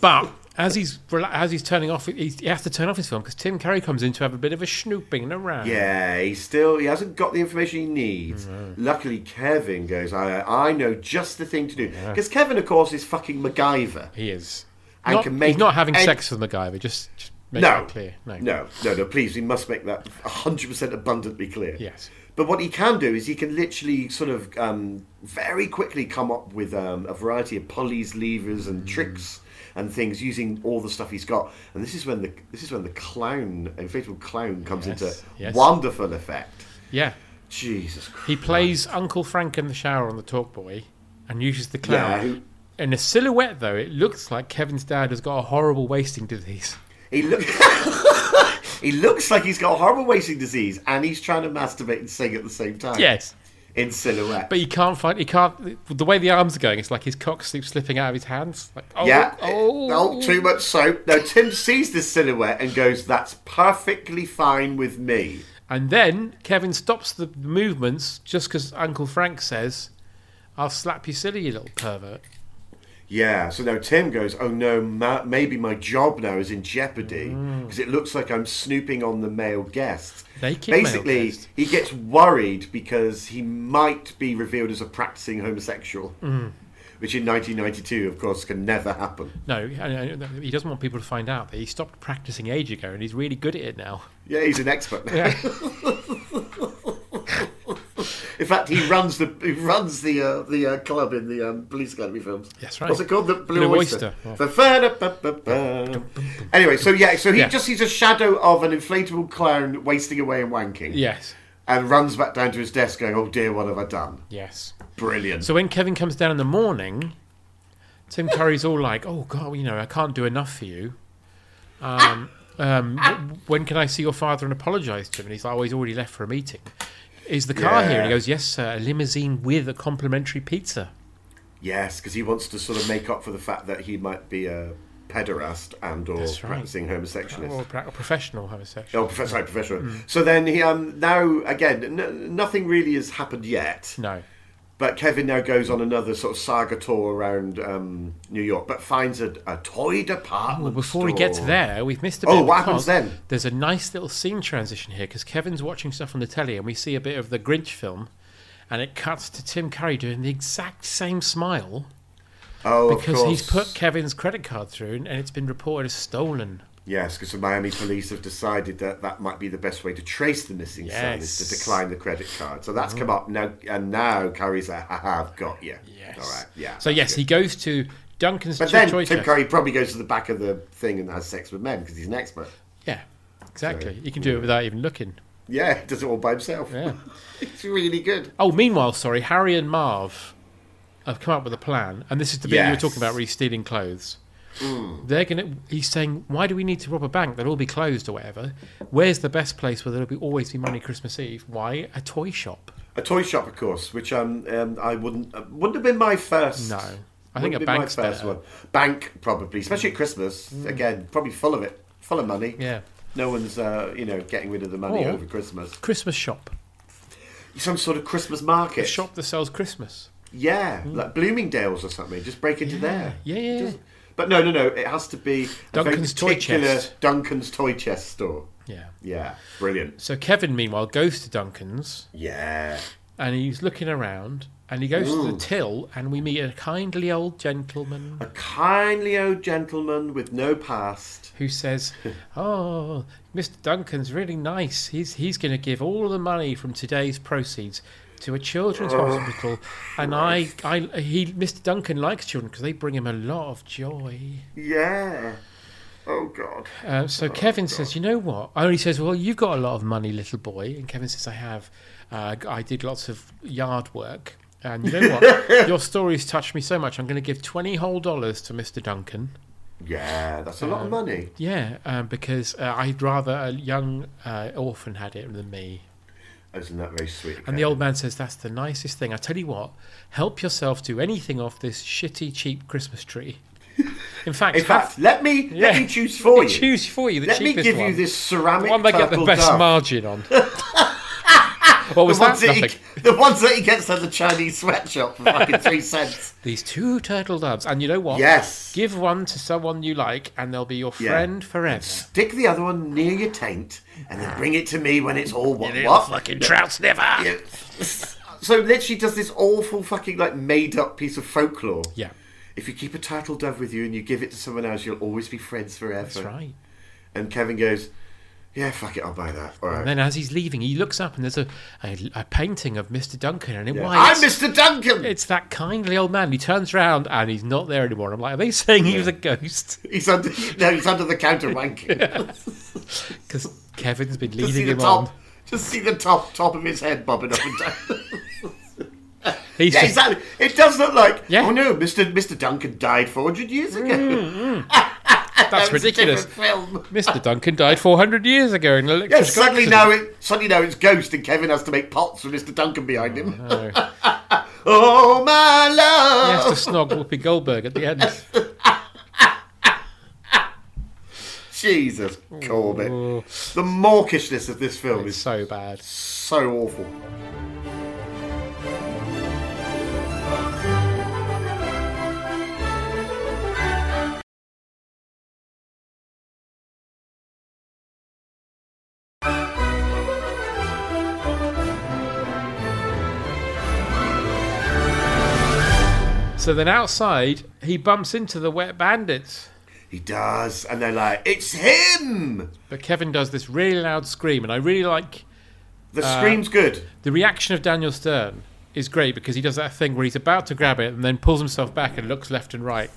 Speaker 6: But as he's rela- as he's turning off, he's, he has to turn off his film because Tim Curry comes in to have a bit of a snooping around.
Speaker 7: Yeah, he still he hasn't got the information he needs.
Speaker 6: Mm-hmm.
Speaker 7: Luckily, Kevin goes. I I know just the thing to do because Kevin, of course, is fucking MacGyver.
Speaker 6: He is.
Speaker 7: And
Speaker 6: Not-
Speaker 7: can make
Speaker 6: he's not having
Speaker 7: any-
Speaker 6: sex with MacGyver. Just, just make
Speaker 7: No,
Speaker 6: that clear. No.
Speaker 7: no, no, no. Please, we must make that hundred percent abundantly clear.
Speaker 6: Yes.
Speaker 7: But what he can do is he can literally sort of um, very quickly come up with um, a variety of pulleys, levers, and tricks and things using all the stuff he's got. And this is when the this is when the clown, inflatable clown, comes
Speaker 6: Yes,
Speaker 7: into
Speaker 6: yes.
Speaker 7: wonderful effect.
Speaker 6: Yeah.
Speaker 7: Jesus Christ.
Speaker 6: He plays Uncle Frank in the shower on the Talk Boy, and uses the clown.
Speaker 7: Yeah, who-
Speaker 6: In a silhouette, though, it looks like Kevin's dad has got a horrible wasting disease.
Speaker 7: He looks. he looks like he's got horrible wasting disease, and he's trying to masturbate and sing at the same time.
Speaker 6: Yes.
Speaker 7: in silhouette.
Speaker 6: But he can't find. He can't. The way the arms are going, it's like his cock keeps slipping out of his hands. Like, oh,
Speaker 7: yeah,
Speaker 6: oh,
Speaker 7: oh, too much soap. Now Tim sees this silhouette and goes, "That's perfectly fine with me."
Speaker 6: And then Kevin stops the movements just because Uncle Frank says, "I'll slap you silly, you little pervert."
Speaker 7: Yeah. So now Tim goes, "Oh no, ma- maybe my job now is in jeopardy
Speaker 6: Mm.
Speaker 7: because it looks like I'm snooping on the male guests."
Speaker 6: Naked male
Speaker 7: Basically,
Speaker 6: guest.
Speaker 7: he gets worried because he might be revealed as a practicing homosexual,
Speaker 6: Mm.
Speaker 7: which in 1992, of course, can never happen.
Speaker 6: No, I- I- he doesn't want people to find out that he stopped practicing age ago, and he's really good at it now.
Speaker 7: Yeah, he's an expert. now. in fact, he runs the he runs the uh, the uh, club in the um, police academy films.
Speaker 6: That's right.
Speaker 7: What's it called? The Blue,
Speaker 6: Blue
Speaker 7: Oyster.
Speaker 6: Oyster,
Speaker 7: Fa-fa-da-ba-ba-ba. Anyway, so yeah, so he
Speaker 6: Yeah.
Speaker 7: just sees a shadow of an inflatable clown wasting away and wanking.
Speaker 6: Yes,
Speaker 7: And runs back down to his desk, going, "Oh dear, what have I done?"
Speaker 6: yes.
Speaker 7: Brilliant.
Speaker 6: So when Kevin comes down in the morning, Tim Curry's all like, "Oh God, you know, I can't do enough for you." Um, "W- when can I see your father and apologise to him? And he's like, oh, he's already left for a meeting. Is the car here? And he
Speaker 7: Yeah.
Speaker 6: goes, yes, sir, a limousine with a complimentary pizza.
Speaker 7: Yes, because he wants to sort of make up for the fact that he might be a pederast and or
Speaker 6: That's right. Oh,
Speaker 7: practicing homosexualist.
Speaker 6: Or a pro- a professional homosexual.
Speaker 7: Oh, prof- sorry, professional.
Speaker 6: mm.
Speaker 7: So then he um now again n- nothing really has happened yet.
Speaker 6: No.
Speaker 7: But Kevin now goes on another sort of saga tour around um, New York, but finds a, a toy department.
Speaker 6: Well, before we get to
Speaker 7: store.
Speaker 6: there, we've missed a bit.
Speaker 7: Oh, what
Speaker 6: because
Speaker 7: happens then?
Speaker 6: There's a nice little scene transition here because Kevin's watching stuff on the telly and we see a bit of the Grinch film and it cuts to Tim Curry doing the exact same smile
Speaker 7: oh, of
Speaker 6: because he's
Speaker 7: course.
Speaker 6: put Kevin's credit card through and it's been reported as stolen.
Speaker 7: Yes, because the Miami police have decided that that might be the best way to trace the missing son is
Speaker 6: Yes. Oh.
Speaker 7: to decline the credit card. So that's come up now, and now Curry's like, "Haha, I've got you."
Speaker 6: Yes.
Speaker 7: All right. Yeah.
Speaker 6: So, yes, he goes to Duncan's
Speaker 7: But
Speaker 6: cho-
Speaker 7: then
Speaker 6: choice.
Speaker 7: Tim
Speaker 6: Fest.
Speaker 7: Curry probably goes to the back of the thing and has sex with men because he's an expert.
Speaker 6: Yeah, exactly. He can do it without even looking.
Speaker 7: Yeah, he does it all by himself.
Speaker 6: Yeah.
Speaker 7: it's really good.
Speaker 6: Oh, meanwhile, sorry, Harry and Marv have come up with a plan, and this is the bit you were
Speaker 7: Yes.
Speaker 6: talking about, where he's stealing clothes. They're gonna. He's saying, "Why do we need to rob a bank? They'll all be closed or whatever. Where's the best place where there'll be always be money Christmas Eve? Why a toy shop?
Speaker 7: A toy shop, of course, which um, um I wouldn't uh, wouldn't have been my first.
Speaker 6: No. I think
Speaker 7: Wouldn't
Speaker 6: a
Speaker 7: have been
Speaker 6: bank's
Speaker 7: my first
Speaker 6: better. Mm.
Speaker 7: one. Bank probably, especially at Christmas. Again, probably full of it, full of money.
Speaker 6: Yeah,
Speaker 7: No one's, uh, you know, getting rid of the money
Speaker 6: Or-
Speaker 7: over Christmas.
Speaker 6: Christmas shop,
Speaker 7: Some sort of Christmas
Speaker 6: a
Speaker 7: market.
Speaker 6: shop that sells Christmas.
Speaker 7: Yeah, like Bloomingdale's or something. Just break into there.
Speaker 6: Yeah, yeah, yeah.
Speaker 7: Just- but no, no, no. It has to be a very
Speaker 6: Duncan's Toy
Speaker 7: particular
Speaker 6: Chest.
Speaker 7: Duncan's toy chest store.
Speaker 6: Yeah.
Speaker 7: Yeah, brilliant.
Speaker 6: So Kevin, meanwhile, goes to Duncan's
Speaker 7: Yeah.
Speaker 6: and he's looking around, and he goes to the till, and we meet a kindly old gentleman.
Speaker 7: A kindly old gentleman with no past.
Speaker 6: who says, "Oh, Mr. Duncan's really nice. He's he's going to give all the money from today's proceeds to a children's hospital." And I, I, he, Mr. Duncan likes children because they bring him a lot of joy.
Speaker 7: Yeah. Oh God.
Speaker 6: Uh, so Kevin says, "You know what?" And he says, "Well, you've got a lot of money, little boy." And Kevin says, "I have. Uh, I did lots of yard work." And you know what? Your stories touched me so much. I'm going to give twenty whole dollars to Mr. Duncan.
Speaker 7: Yeah, that's a lot of money.
Speaker 6: Yeah, um, because uh, I'd rather a young uh, orphan had it than me.
Speaker 7: Isn't that very sweet?
Speaker 6: And the old man says, That's the nicest thing. I tell you what, help yourself to anything off this shitty, cheap Christmas tree. In fact,
Speaker 7: In fact,
Speaker 6: have-
Speaker 7: let me let
Speaker 6: Yeah.
Speaker 7: me choose for you.
Speaker 6: choose for you the
Speaker 7: let me
Speaker 6: cheapest
Speaker 7: give
Speaker 6: one.
Speaker 7: you this
Speaker 6: the
Speaker 7: ceramic
Speaker 6: one they get the
Speaker 7: turtle
Speaker 6: best
Speaker 7: dove.
Speaker 6: margin on. what
Speaker 7: The
Speaker 6: was
Speaker 7: ones,
Speaker 6: that?
Speaker 7: that he,
Speaker 6: Nothing.
Speaker 7: the ones that he gets at the Chinese sweatshop for fucking three cents.
Speaker 6: These two turtle doves. And you know what?
Speaker 7: Yes.
Speaker 6: Give one to someone you like, and they'll be your
Speaker 7: Yeah.
Speaker 6: friend forever.
Speaker 7: Stick the other one near your taint, and then bring it to me when it's all what?
Speaker 6: Little
Speaker 7: what?
Speaker 6: fucking trout sniffer!
Speaker 7: Yeah. So literally does this awful fucking like made up piece of folklore.
Speaker 6: Yeah.
Speaker 7: If you keep a turtle dove with you and you give it to someone else, you'll always be friends forever.
Speaker 6: That's right.
Speaker 7: And Kevin goes, "Yeah, fuck it, I'll buy that." All right.
Speaker 6: And then as he's leaving, he looks up and there's a, a, a painting of Mr. Duncan. And in
Speaker 7: Yeah.
Speaker 6: why
Speaker 7: I'm
Speaker 6: it's-
Speaker 7: Mr. Duncan.
Speaker 6: It's that kindly old man. He turns around and he's not there anymore. I'm like, are they saying he was a ghost?
Speaker 7: He's under. No, he's under the counter wanking.
Speaker 6: Because Kevin's been
Speaker 7: Just see
Speaker 6: leading
Speaker 7: the
Speaker 6: him
Speaker 7: top.
Speaker 6: on.
Speaker 7: Just see the top top of his head bobbing up and down.
Speaker 6: He's
Speaker 7: yeah,
Speaker 6: just-
Speaker 7: exactly. It does look like.
Speaker 6: Yeah.
Speaker 7: Oh no, Mr. Mr. Duncan died 400 years ago.
Speaker 6: that's
Speaker 7: That was a
Speaker 6: ridiculous.
Speaker 7: different film.
Speaker 6: Mr. Duncan died 400 years ago in an electric
Speaker 7: Yeah, suddenly
Speaker 6: accident.
Speaker 7: now it suddenly now it's Ghost and Kevin has to make pots with Mr. Duncan behind him.
Speaker 6: No.
Speaker 7: Oh my
Speaker 6: He has
Speaker 7: love!
Speaker 6: to snog Whoopi Goldberg at the end.
Speaker 7: Jesus Corbett. The mawkishness of this film
Speaker 6: It's
Speaker 7: is
Speaker 6: so bad.
Speaker 7: so awful.
Speaker 6: So then outside, he bumps into the wet bandits.
Speaker 7: He does, and they're like, It's him!
Speaker 6: But Kevin does this really loud scream, and I really like
Speaker 7: The
Speaker 6: Uh,
Speaker 7: scream's good.
Speaker 6: the reaction of Daniel Stern is great because he does that thing where he's about to grab it and then pulls himself back and looks left and right.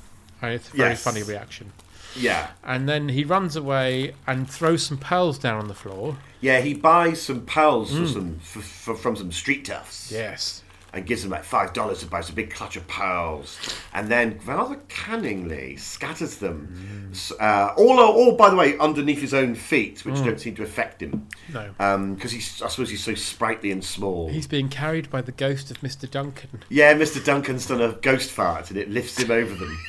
Speaker 6: And it's a very
Speaker 7: Yes.
Speaker 6: funny reaction.
Speaker 7: Yeah.
Speaker 6: And then he runs away and throws some pearls down on the floor. Hmm.
Speaker 7: Yeah, he buys some pals for some, f f from some street toughs.
Speaker 6: Yes.
Speaker 7: and gives him like five dollars to buy some big clutch of pearls, and then rather cunningly scatters
Speaker 6: Hmm.
Speaker 7: them s- uh, all, all by the way underneath his own feet, which don't seem to affect him.
Speaker 6: Hmm. No.
Speaker 7: because he's I suppose he's so sprightly and small.
Speaker 6: He's being carried by the ghost of Mr. Duncan.
Speaker 7: Yeah, Mr. Duncan's done a ghost fart and it lifts him over them.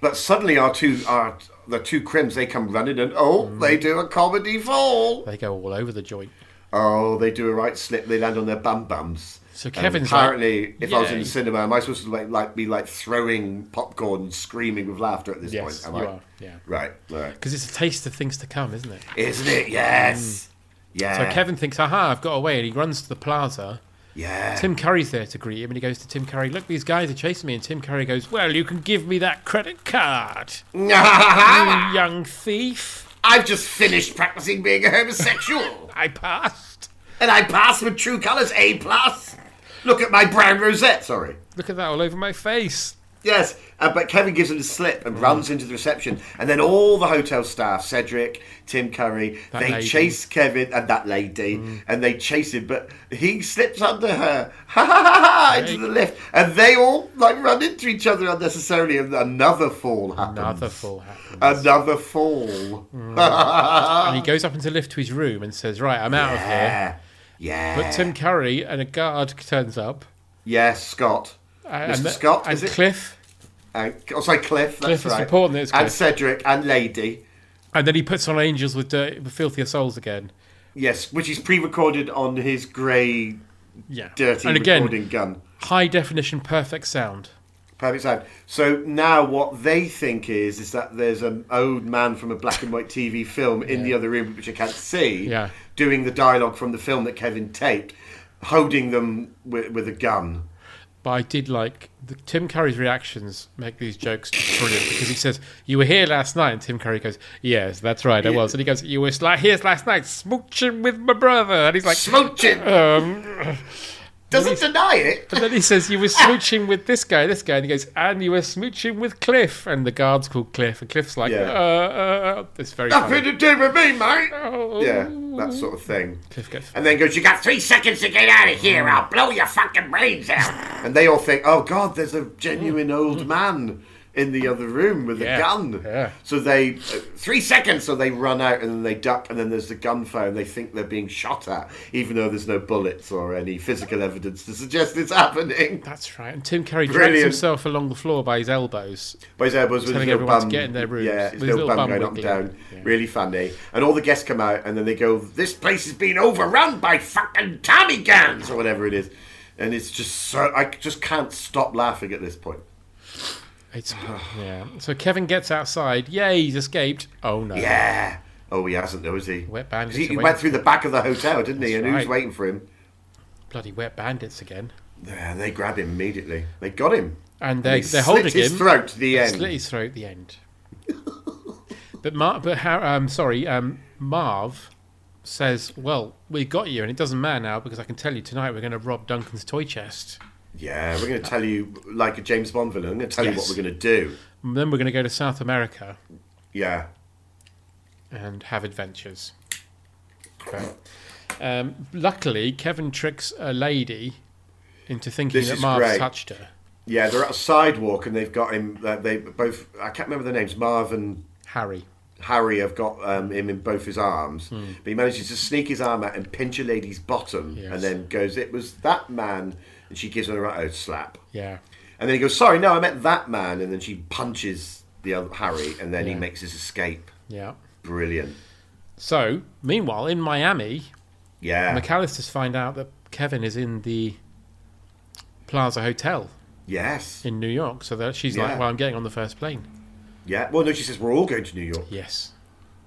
Speaker 7: But suddenly our two our the two crims they come running and oh
Speaker 6: Hmm.
Speaker 7: they do a comedy fall.
Speaker 6: They go all over the joint.
Speaker 7: Oh, they do a right slip. They land on their bum bums.
Speaker 6: So
Speaker 7: And
Speaker 6: Kevin's like,
Speaker 7: apparently, if I was in
Speaker 6: "Yay."
Speaker 7: the cinema, am I supposed to like, like be like throwing popcorn and screaming with laughter at this
Speaker 6: Yes,
Speaker 7: point? Am
Speaker 6: you
Speaker 7: I?
Speaker 6: are, yeah.
Speaker 7: Right. Right.
Speaker 6: Because it's a taste of things to come, isn't it?
Speaker 7: Isn't it? Yes. Yeah.
Speaker 6: Mm. So Kevin thinks, aha, I've got away, and he runs to the plaza.
Speaker 7: Yeah.
Speaker 6: Tim Curry's there to greet him, and he goes to Tim Curry, Look, these guys are chasing me. And Tim Curry goes, Well, you can give me that credit card,
Speaker 7: Ah!
Speaker 6: you young thief.
Speaker 7: I've just finished practicing being a homosexual.
Speaker 6: I passed.
Speaker 7: and I pass with true colours A plus. Look at my brown rosette. Sorry.
Speaker 6: Look at that all over my face.
Speaker 7: Yes, uh, but Kevin gives him the slip and runs into the reception, and then all the hotel staff, Cedric, Tim Curry,
Speaker 6: That
Speaker 7: they
Speaker 6: lady. Mm.
Speaker 7: chase Kevin and that lady, and they chase him, but he slips under her, ha ha ha ha, into the lift, and they all like run into each other unnecessarily, and another fall happens.
Speaker 6: Another fall happens.
Speaker 7: Another fall.
Speaker 6: Mm. and he goes up into lift to his room and says, Right, I'm out of here.
Speaker 7: yeah, yeah.
Speaker 6: But Tim Curry and a guard turns up.
Speaker 7: yes, Scott.
Speaker 6: And,
Speaker 7: Mr. Scott,
Speaker 6: and
Speaker 7: is it?
Speaker 6: Cliff,
Speaker 7: And, oh, sorry, Cliff. That's
Speaker 6: Cliff, it's
Speaker 7: right.
Speaker 6: important that it's
Speaker 7: and
Speaker 6: Cliff.
Speaker 7: Cedric and Lady.
Speaker 6: and then he puts on Angels with, dirty, with Filthier Souls again.
Speaker 7: Yes, which is pre-recorded on his grey
Speaker 6: Yeah,
Speaker 7: dirty
Speaker 6: and again,
Speaker 7: recording gun.
Speaker 6: high definition, perfect sound.
Speaker 7: Perfect sound. So now what they think is is that there's an old man from a black and white TV film in the other room, which I can't see,
Speaker 6: Yeah.
Speaker 7: doing the dialogue from the film that Kevin taped, holding them with, with a gun.
Speaker 6: But I did like the, Tim Curry's reactions make these jokes brilliant because he says, "You were here last night," and Tim Curry goes, "Yes, that's right, I was." And he goes, "You were sli- here last night, smooching with my brother," and he's like,
Speaker 7: Smooching!
Speaker 6: Um,
Speaker 7: Doesn't deny it.
Speaker 6: and then he says, "You were smooching with this guy, this guy," and he goes, "And you were smooching with Cliff," and the guard's called Cliff, and Cliff's like,
Speaker 7: Yeah.
Speaker 6: uh, uh, uh, "It's very
Speaker 7: Nothing
Speaker 6: funny."
Speaker 7: to do with me, mate.
Speaker 6: Oh.
Speaker 7: Yeah, that sort of thing.
Speaker 6: Cliff gets
Speaker 7: And then goes, "You got three seconds to get out of here. I'll blow your fucking brains out." and they all think, "Oh God, there's a genuine old man in the other room with
Speaker 6: Mm. Yeah,
Speaker 7: a gun."
Speaker 6: yeah.
Speaker 7: So they, uh, three seconds, so they run out and then they duck, and then there's the gunfire, and they think they're being shot at, even though there's no bullets or any physical evidence to suggest it's happening.
Speaker 6: That's right. And Tim Curry drags
Speaker 7: Brilliant.
Speaker 6: himself along the floor by his elbows.
Speaker 7: But uh, his elbows with his
Speaker 6: Telling
Speaker 7: little
Speaker 6: everyone to
Speaker 7: bum,
Speaker 6: get in their rooms,
Speaker 7: yeah,
Speaker 6: with
Speaker 7: his
Speaker 6: his
Speaker 7: little,
Speaker 6: little
Speaker 7: bum,
Speaker 6: bum
Speaker 7: going up and
Speaker 6: wiggling.
Speaker 7: down, really funny. And all the guests come out, and then they go, "This place is being overrun by fucking Tommy guns or whatever it is," and it's just so I just can't stop laughing at this point.
Speaker 6: It's yeah. So Kevin gets outside. Yay, he's escaped. Oh no.
Speaker 7: Yeah. Oh, he hasn't though, has he?
Speaker 6: Wet bandits
Speaker 7: 'Cause He,
Speaker 6: are
Speaker 7: he
Speaker 6: waiting
Speaker 7: went through the back of the hotel, didn't he?
Speaker 6: That's
Speaker 7: and who's
Speaker 6: right.
Speaker 7: waiting for him?
Speaker 6: Bloody wet bandits again.
Speaker 7: Yeah, they grab him immediately. They got him.
Speaker 6: And they,
Speaker 7: he
Speaker 6: they're holding
Speaker 7: slit his
Speaker 6: him.
Speaker 7: throat to the
Speaker 6: They
Speaker 7: end.
Speaker 6: Slit his throat at the end. but Mar- but Har- um, sorry, um, Marv says, "Well, we got you, and it doesn't matter now because I can tell you tonight we're going to rob Duncan's toy chest.
Speaker 7: Yeah, we're going to tell you like a James Bond villain. I'm going to tell you what
Speaker 6: Yes.
Speaker 7: we're going to do.
Speaker 6: And then we're going to go to South America
Speaker 7: Yeah.
Speaker 6: and have adventures." But, um, luckily, Kevin tricks a lady into thinking
Speaker 7: This
Speaker 6: that
Speaker 7: is
Speaker 6: Marv
Speaker 7: great.
Speaker 6: touched her.
Speaker 7: Yeah, they're at a sidewalk and they've got him. Uh, they both. I can't remember their names. Marv and
Speaker 6: Harry.
Speaker 7: Harry have got um, him in both his arms,
Speaker 6: Hmm.
Speaker 7: but he manages to sneak his arm out and pinch a lady's bottom,
Speaker 6: Yes.
Speaker 7: and then goes, "It was that man," and she gives him a right old slap.
Speaker 6: Yeah.
Speaker 7: And then he goes, "Sorry, no, I meant that man," and then she punches the other Harry, and then he
Speaker 6: Yeah.
Speaker 7: makes his escape.
Speaker 6: Yeah.
Speaker 7: Brilliant.
Speaker 6: So, meanwhile, in Miami,
Speaker 7: Yeah.
Speaker 6: McAllister's find out that Kevin is in the Plaza Hotel
Speaker 7: yes.
Speaker 6: in New York. So that she's like,
Speaker 7: Yeah.
Speaker 6: "Well, I'm getting on the first plane."
Speaker 7: Yeah. Well, no, she says we're all going to New York,
Speaker 6: Yes,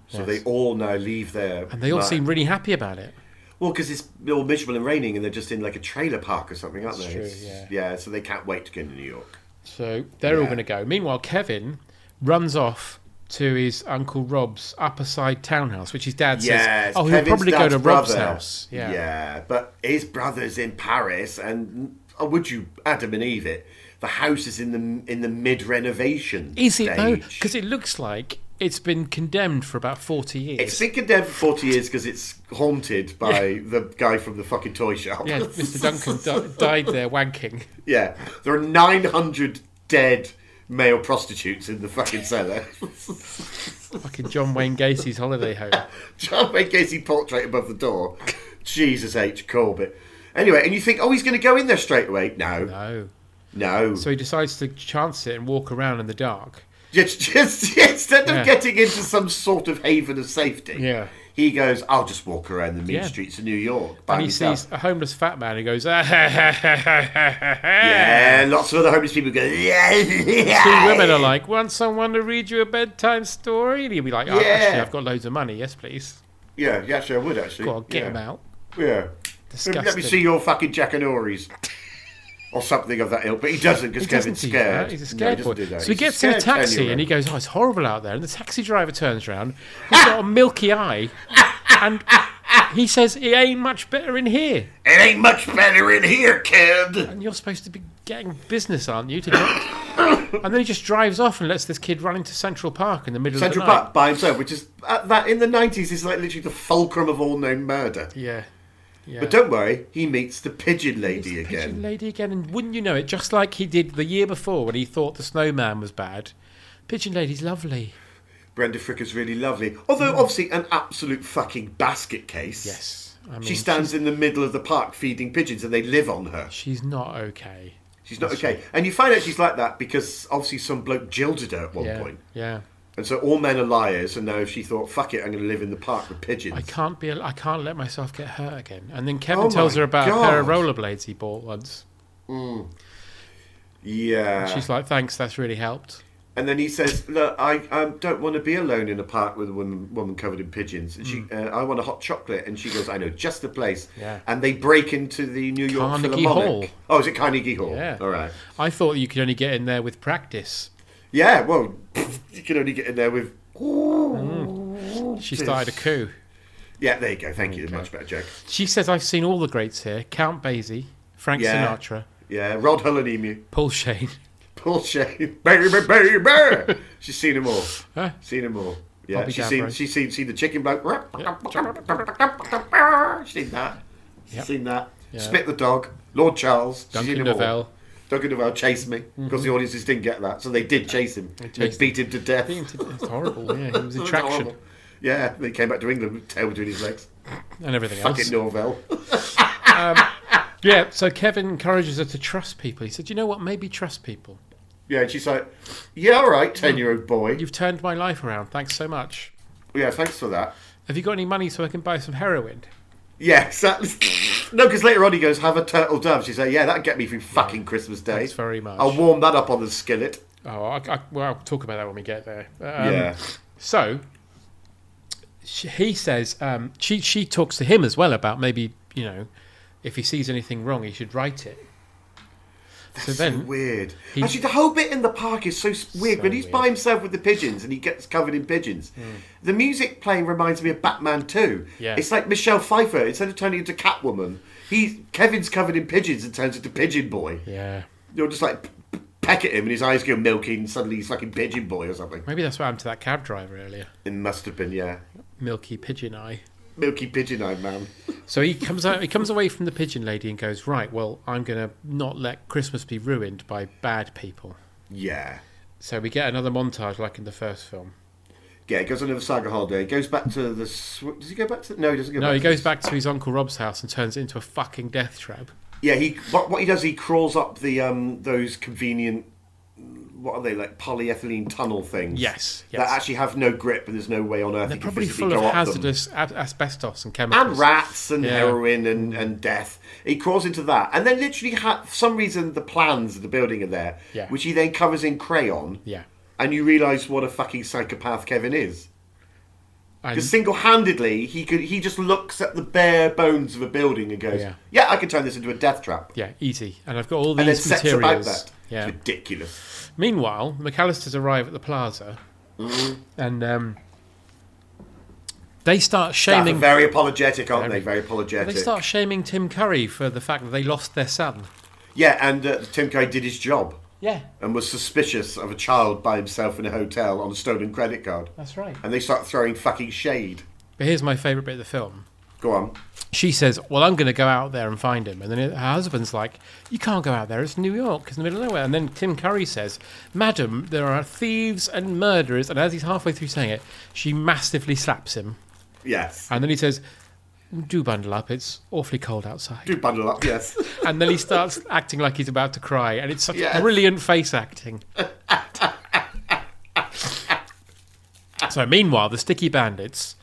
Speaker 7: so they all now leave their.
Speaker 6: and they all
Speaker 7: mar-
Speaker 6: seem really happy about it.
Speaker 7: Well, because it's all miserable and raining, and they're just in like a trailer park or something, aren't they?
Speaker 6: true,
Speaker 7: It's-
Speaker 6: yeah.
Speaker 7: so they can't wait to go to New York.
Speaker 6: So they're all
Speaker 7: Yeah.
Speaker 6: going to go. Meanwhile, Kevin runs off to his uncle Rob's upper side townhouse, which his dad says,
Speaker 7: Yes,
Speaker 6: "Oh, he'll
Speaker 7: Kevin's
Speaker 6: probably go
Speaker 7: dad's
Speaker 6: to Rob's
Speaker 7: brother.
Speaker 6: house." Yeah.
Speaker 7: but his brother's in Paris, and oh, would you Adam and Eve it? The house is in the in the mid renovation.
Speaker 6: Is it though?
Speaker 7: stage.
Speaker 6: Because it looks like It's been condemned for about 40 years.
Speaker 7: It's been condemned for 40 years because it's haunted by the guy from the fucking toy shop.
Speaker 6: yeah, Mr. Duncan di- died there wanking.
Speaker 7: Yeah. There are 900 dead male prostitutes in the fucking cellar.
Speaker 6: Fucking John Wayne Gacy's holiday home.
Speaker 7: John Wayne Gacy portrait above the door. Jesus H. Corbett. Anyway, and you think, oh, he's going to go in there straight away. No. No.
Speaker 6: Oh. So he decides to chance it and walk around in the dark.
Speaker 7: Just, just instead of
Speaker 6: Yeah.
Speaker 7: getting into some sort of haven of safety,
Speaker 6: Yeah.
Speaker 7: he goes, I'll just walk around the mean
Speaker 6: Yeah.
Speaker 7: streets of New York. By
Speaker 6: And he
Speaker 7: myself.
Speaker 6: sees a homeless fat man who goes, ah, ha, ha, ha, ha, ha, ha.
Speaker 7: Yeah, lots of other homeless people go, yeah, yeah.
Speaker 6: Two women are like, want someone to read you a bedtime story? And he'll be like, oh,
Speaker 7: Yeah.
Speaker 6: actually, I've got loads of money. Yes, please.
Speaker 7: Yeah, yeah, actually, I would actually.
Speaker 6: Go on, get
Speaker 7: yeah.
Speaker 6: him out.
Speaker 7: Yeah.
Speaker 6: Disgusting.
Speaker 7: Let me see your fucking jackanories. Or something of that ilk, but he doesn't because
Speaker 6: He doesn't
Speaker 7: Kevin's
Speaker 6: do
Speaker 7: scared.
Speaker 6: that. He's a
Speaker 7: No, he
Speaker 6: scared
Speaker 7: doesn't
Speaker 6: boy.
Speaker 7: do that.
Speaker 6: So he
Speaker 7: He's a
Speaker 6: gets in a
Speaker 7: scared
Speaker 6: taxi and he goes, "Oh, it's horrible out there." And the taxi driver turns around. He's got a milky eye, and he says, "It ain't much better in here."
Speaker 7: It ain't much better in here, kid.
Speaker 6: And you're supposed to be getting business, aren't you? To get... and then he just drives off and lets this kid run into Central Park in the middle
Speaker 7: Central
Speaker 6: of the night.
Speaker 7: Park by himself, which is at that in the nineties is like literally the fulcrum of all known murder.
Speaker 6: Yeah. Yeah.
Speaker 7: But don't worry, he meets the pigeon lady
Speaker 6: Pigeon
Speaker 7: again.
Speaker 6: lady again, and wouldn't you know it? Just like he did the year before when he thought the snowman was bad. Pigeon lady's lovely.
Speaker 7: Brenda Fricker's really lovely, although obviously an absolute fucking basket case.
Speaker 6: Hmm. Yes, I mean,
Speaker 7: she stands in the middle of the park feeding pigeons, and they live on her.
Speaker 6: She's not okay.
Speaker 7: She's not okay, and you find out she's like that because obviously some bloke jilted her at one
Speaker 6: Yeah.
Speaker 7: point.
Speaker 6: Yeah.
Speaker 7: And so all men are liars, and now she thought, "Fuck it, I'm going to live in the park with pigeons."
Speaker 6: I can't be. I can't let myself get hurt again. And then Kevin
Speaker 7: Oh
Speaker 6: tells
Speaker 7: my
Speaker 6: her about a pair of
Speaker 7: God.
Speaker 6: rollerblades he bought once.
Speaker 7: Yeah.
Speaker 6: She's like, "Thanks, that's really helped."
Speaker 7: And then he says, "Look, I um, don't want to be alone in a park with a woman, woman covered in pigeons. And she, uh, I want a hot chocolate." And she goes, "I know just the place."
Speaker 6: Mm. Yeah.
Speaker 7: And they break into the New York
Speaker 6: Carnegie
Speaker 7: Philharmonic.
Speaker 6: Hall.
Speaker 7: Oh, is it Carnegie Hall?
Speaker 6: Yeah.
Speaker 7: All right.
Speaker 6: I thought you could only get in there with practice.
Speaker 7: Yeah. Well, you can only get in there with.
Speaker 6: She started a coup.
Speaker 7: Yeah. There you go. Thank you. Much better joke.
Speaker 6: She says, "I've seen all the greats here: Count Basie, Frank
Speaker 7: Yeah.
Speaker 6: Sinatra,
Speaker 7: Yeah. Rod Hull Emu.
Speaker 6: Paul Shane."
Speaker 7: Paul Shane. Baby, baby. she's seen them all.
Speaker 6: Huh?
Speaker 7: Seen them all. Yeah.
Speaker 6: Bobby
Speaker 7: She's
Speaker 6: Davro.
Speaker 7: seen. She's seen. Seen the chicken bloke. She's seen that. She's
Speaker 6: Yep.
Speaker 7: Seen that. Spit the dog. Lord Charles. She's
Speaker 6: Duncan
Speaker 7: seen 'em all.
Speaker 6: Novell. Mm-hmm.
Speaker 7: Duncan Novell chased me because the audiences didn't get that, so they did chase him. They,
Speaker 6: chased
Speaker 7: beat him to death.
Speaker 6: Being t- It's horrible. Yeah, it was
Speaker 7: It was
Speaker 6: attraction
Speaker 7: horrible. Yeah, they came back to England with tail between his legs.
Speaker 6: and everything
Speaker 7: Fucking
Speaker 6: else.
Speaker 7: Norvell.
Speaker 6: Yeah. So Kevin encourages her to trust people. He said, "You know what? Maybe trust people.
Speaker 7: Yeah, and she's like, yeah, all right, 10 year old boy.
Speaker 6: You've turned my life around. Thanks so much.
Speaker 7: Yeah, thanks for that.
Speaker 6: Have you got any money so I can buy some heroin?"
Speaker 7: Yes, that was... no, because later on he goes, have a turtle dove. She said, yeah, that'd get me through fucking Christmas Day.
Speaker 6: Thanks very much.
Speaker 7: I'll warm that up on the skillet.
Speaker 6: Oh, I, I, well, I'll talk about that when we get there. Um,
Speaker 7: yeah.
Speaker 6: So sh he says um, she she talks to him as well about maybe you know if he sees anything wrong he should write it. so
Speaker 7: So
Speaker 6: then
Speaker 7: weird.
Speaker 6: he-
Speaker 7: Actually, the whole bit in the park is so s- weird. when he's by
Speaker 6: weird. Hmm.
Speaker 7: himself with the pigeons and he gets covered in pigeons, the music playing reminds me of Batman 2.
Speaker 6: Yeah.
Speaker 7: It's like Michelle Pfeiffer, instead of turning into Catwoman, he's, Kevin's covered in pigeons and turns into Pigeon Boy.
Speaker 6: yeah
Speaker 7: You're just like, p- p- peck at him and his eyes go milky and suddenly he's fucking Pigeon Boy or something.
Speaker 6: maybe that's what happened to that cab driver earlier,
Speaker 7: It must have been, yeah.
Speaker 6: Milky Pigeon Eye.
Speaker 7: Milky Pigeon Eye Man.
Speaker 6: So he comes out he comes away from the pigeon lady and goes right well I'm gonna not let Christmas be ruined by bad people.
Speaker 7: Yeah.
Speaker 6: So we get another montage like in the first film.
Speaker 7: Yeah, he goes on another saga holiday. He goes back to the. Sw- Does he go back to? No, he doesn't go.
Speaker 6: No,
Speaker 7: back
Speaker 6: he
Speaker 7: to
Speaker 6: goes
Speaker 7: the-
Speaker 6: back to his uncle Rob's house and turns it into a fucking death trap.
Speaker 7: Yeah, he what, what he does, he crawls up the um those convenient. What are they like polyethylene tunnel things?
Speaker 6: Yes, yes.
Speaker 7: that actually have no grip and there's no way on earth.
Speaker 6: They're
Speaker 7: he can
Speaker 6: probably
Speaker 7: physically
Speaker 6: full of
Speaker 7: go up them.
Speaker 6: hazardous a- asbestos and chemicals.
Speaker 7: and rats and
Speaker 6: Yeah.
Speaker 7: heroin and, and death. He crawls into that, and then literally, ha- for some reason, the plans of the building are there,
Speaker 6: Yeah.
Speaker 7: which he then covers in crayon.
Speaker 6: Yeah.
Speaker 7: and you realise what a fucking psychopath Kevin is.
Speaker 6: And-
Speaker 7: Because single-handedly, he could he just looks at the bare bones of a building and goes,
Speaker 6: Yeah.
Speaker 7: "Yeah, I could turn this into a death trap."
Speaker 6: yeah, easy. And I've got all
Speaker 7: and then
Speaker 6: these
Speaker 7: sets about
Speaker 6: materials.
Speaker 7: that.
Speaker 6: Yeah.
Speaker 7: It's ridiculous.
Speaker 6: Meanwhile, the McAllisters arrive at the plaza,
Speaker 7: Mm-hmm.
Speaker 6: and um, they start
Speaker 7: Staff are
Speaker 6: shaming.
Speaker 7: very apologetic, aren't
Speaker 6: Very.
Speaker 7: they? Very apologetic.
Speaker 6: They start shaming Tim Curry for the fact that they lost their son.
Speaker 7: Yeah, and uh, Tim Curry did his job.
Speaker 6: Yeah,
Speaker 7: and was suspicious of a child by himself in a hotel on a stolen credit card.
Speaker 6: that's right.
Speaker 7: And they start throwing fucking shade.
Speaker 6: But here's my favourite bit of the film.
Speaker 7: Go on.
Speaker 6: She says, Well, I'm going to go out there and find him. And then her husband's like, You can't go out there. It's New York. It's in the middle of nowhere. And then Tim Curry says, Madam, there are thieves and murderers. And as he's halfway through saying it, she massively slaps him.
Speaker 7: Yes.
Speaker 6: And then he says, Do bundle up. It's awfully cold outside.
Speaker 7: Do bundle up, yes.
Speaker 6: And then he starts acting like he's about to cry. And it's such
Speaker 7: Yes.
Speaker 6: brilliant face acting. so, meanwhile, the sticky bandits.